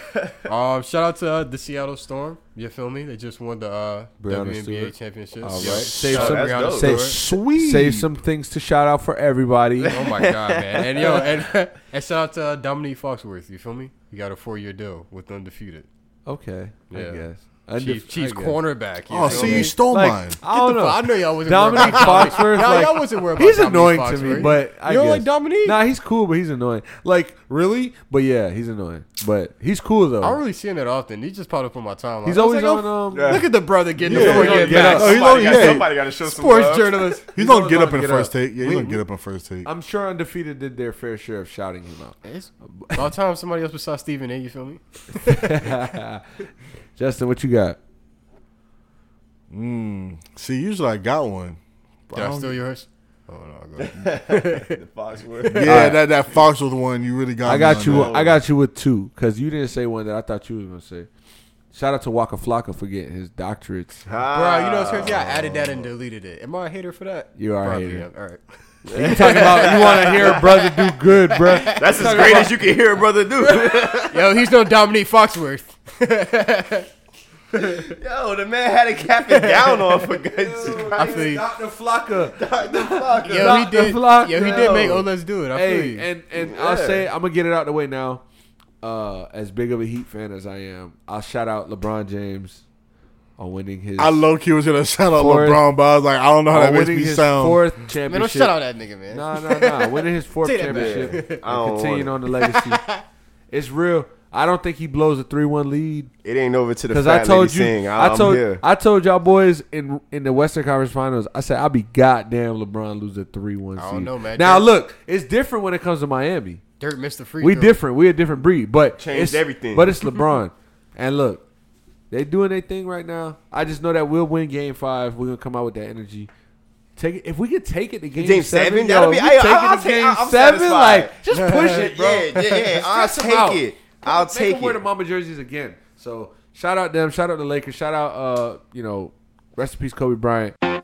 Yeah.
Um, shout out to uh, the Seattle Storm. You feel me? They just won the uh,
Brianna
WNBA
Stewart.
championships.
All
Yo,
right. Save
shout out
some-
Brianna
that's dope.
Stewart.
Save, save some things to shout out for everybody.
Oh my god, man! And yo, and, and shout out to uh, Dominique Foxworth. You feel me? He got a four-year deal with undefeated.
Okay, I
Yeah.
guess.
Chiefs,
Undef-
Chiefs
I guess.
cornerback.
Oh,
feel
see,
me?
you stole
Like,
mine.
I don't know.
I know y'all wasn't
Dominique
worried about
Foxworth,
Y'all,
like,
y'all wasn't worried about
he's
Dominique
annoying to
Foxworth.
me, but I
you don't
guess.
like Dominique?
Nah, he's cool, but he's annoying. Like really, but yeah, he's annoying. But he's cool though.
I don't really seen it often. He just popped up on my timeline.
he's
I was
always on.
like, oh,
Um,
Look at the brother getting
Yeah,
the
he's
four-year
on
back.
Get Up.
Somebody,
Yeah.
got, somebody got to show some
Sports
love.
journalist.
He's gonna get
gonna
up in
get
first
up.
take. Yeah, he's
We-
gonna get up in first take.
I'm sure undefeated did their fair share of shouting him out.
It's about time somebody else besides Stephen A. You feel me?
Justin, what you got?
Mm. See, usually I got one.
Did I steal yours? Oh no, go ahead.
Foxworth.
Yeah, that that Fox was one. You really got.
I
me
got
on
you.
that.
I got you with two because you didn't say one that I thought you was gonna say. Shout out to Waka Flocka for getting his doctorates.
bro. You know what's
Ah.
crazy? I added that and deleted it. Am I a hater for that?
You are a
Probably
hater.
am. All right.
You talking about you want to hear a brother do good, bro?
That's as great as you can hear a brother do.
Yo, he's no Dominique Foxworth.
Yo, the man had a cap and gown on for good.
I feel you.
Doctor Flocka.
Yo, he
Dr.
did. Yo,
Flock,
he did
yo.
make Oh, let's do it. I feel
Hey,
you.
and and I'll say I'm gonna get it out the way now. Uh, as big of a Heat fan as I am, I'll shout out LeBron James on winning his.
I low key was gonna shout out
Fourth.
LeBron, but I was like, I don't know how
on
that makes
winning
me
Oh, his
sound.
fourth
Man, don't
championship.
shut out that nigga, man.
No, no, no. Winning his fourth
Say that back.
championship and
I don't want
continuing
it.
on the legacy. It's real. I don't think he blows a three-one lead
It ain't over to the
because
fat
I told
lady
you,
sing.
I
I'm
told,
here.
I told y'all boys in in the Western Conference Finals. I said I'll be goddamn LeBron lose a three-one.
I don't know, man.
Now
Dirk-
look, it's different when it comes to Miami.
Dirt missed the free
We
throw.
different. We a different breed. But it's-
Changed everything.
But it's LeBron. and look, they doing their thing right now. I just know that we'll win Game Five. We're gonna come out with that energy. Take it if we could take it to Game,
Game
Seven.
seven?
yo,
That'll
if
be-
we
I-
take
I'll
it to
take-
Game
I'm
Seven.
satisfied.
Like just push it, bro.
Yeah, yeah, yeah. I'll
Stress 'em
take
out.
it. I'll
Make
take
them wear
it.
the mama jerseys again. So shout out them. Shout out the Lakers. Shout out uh you know rest in peace Kobe Bryant.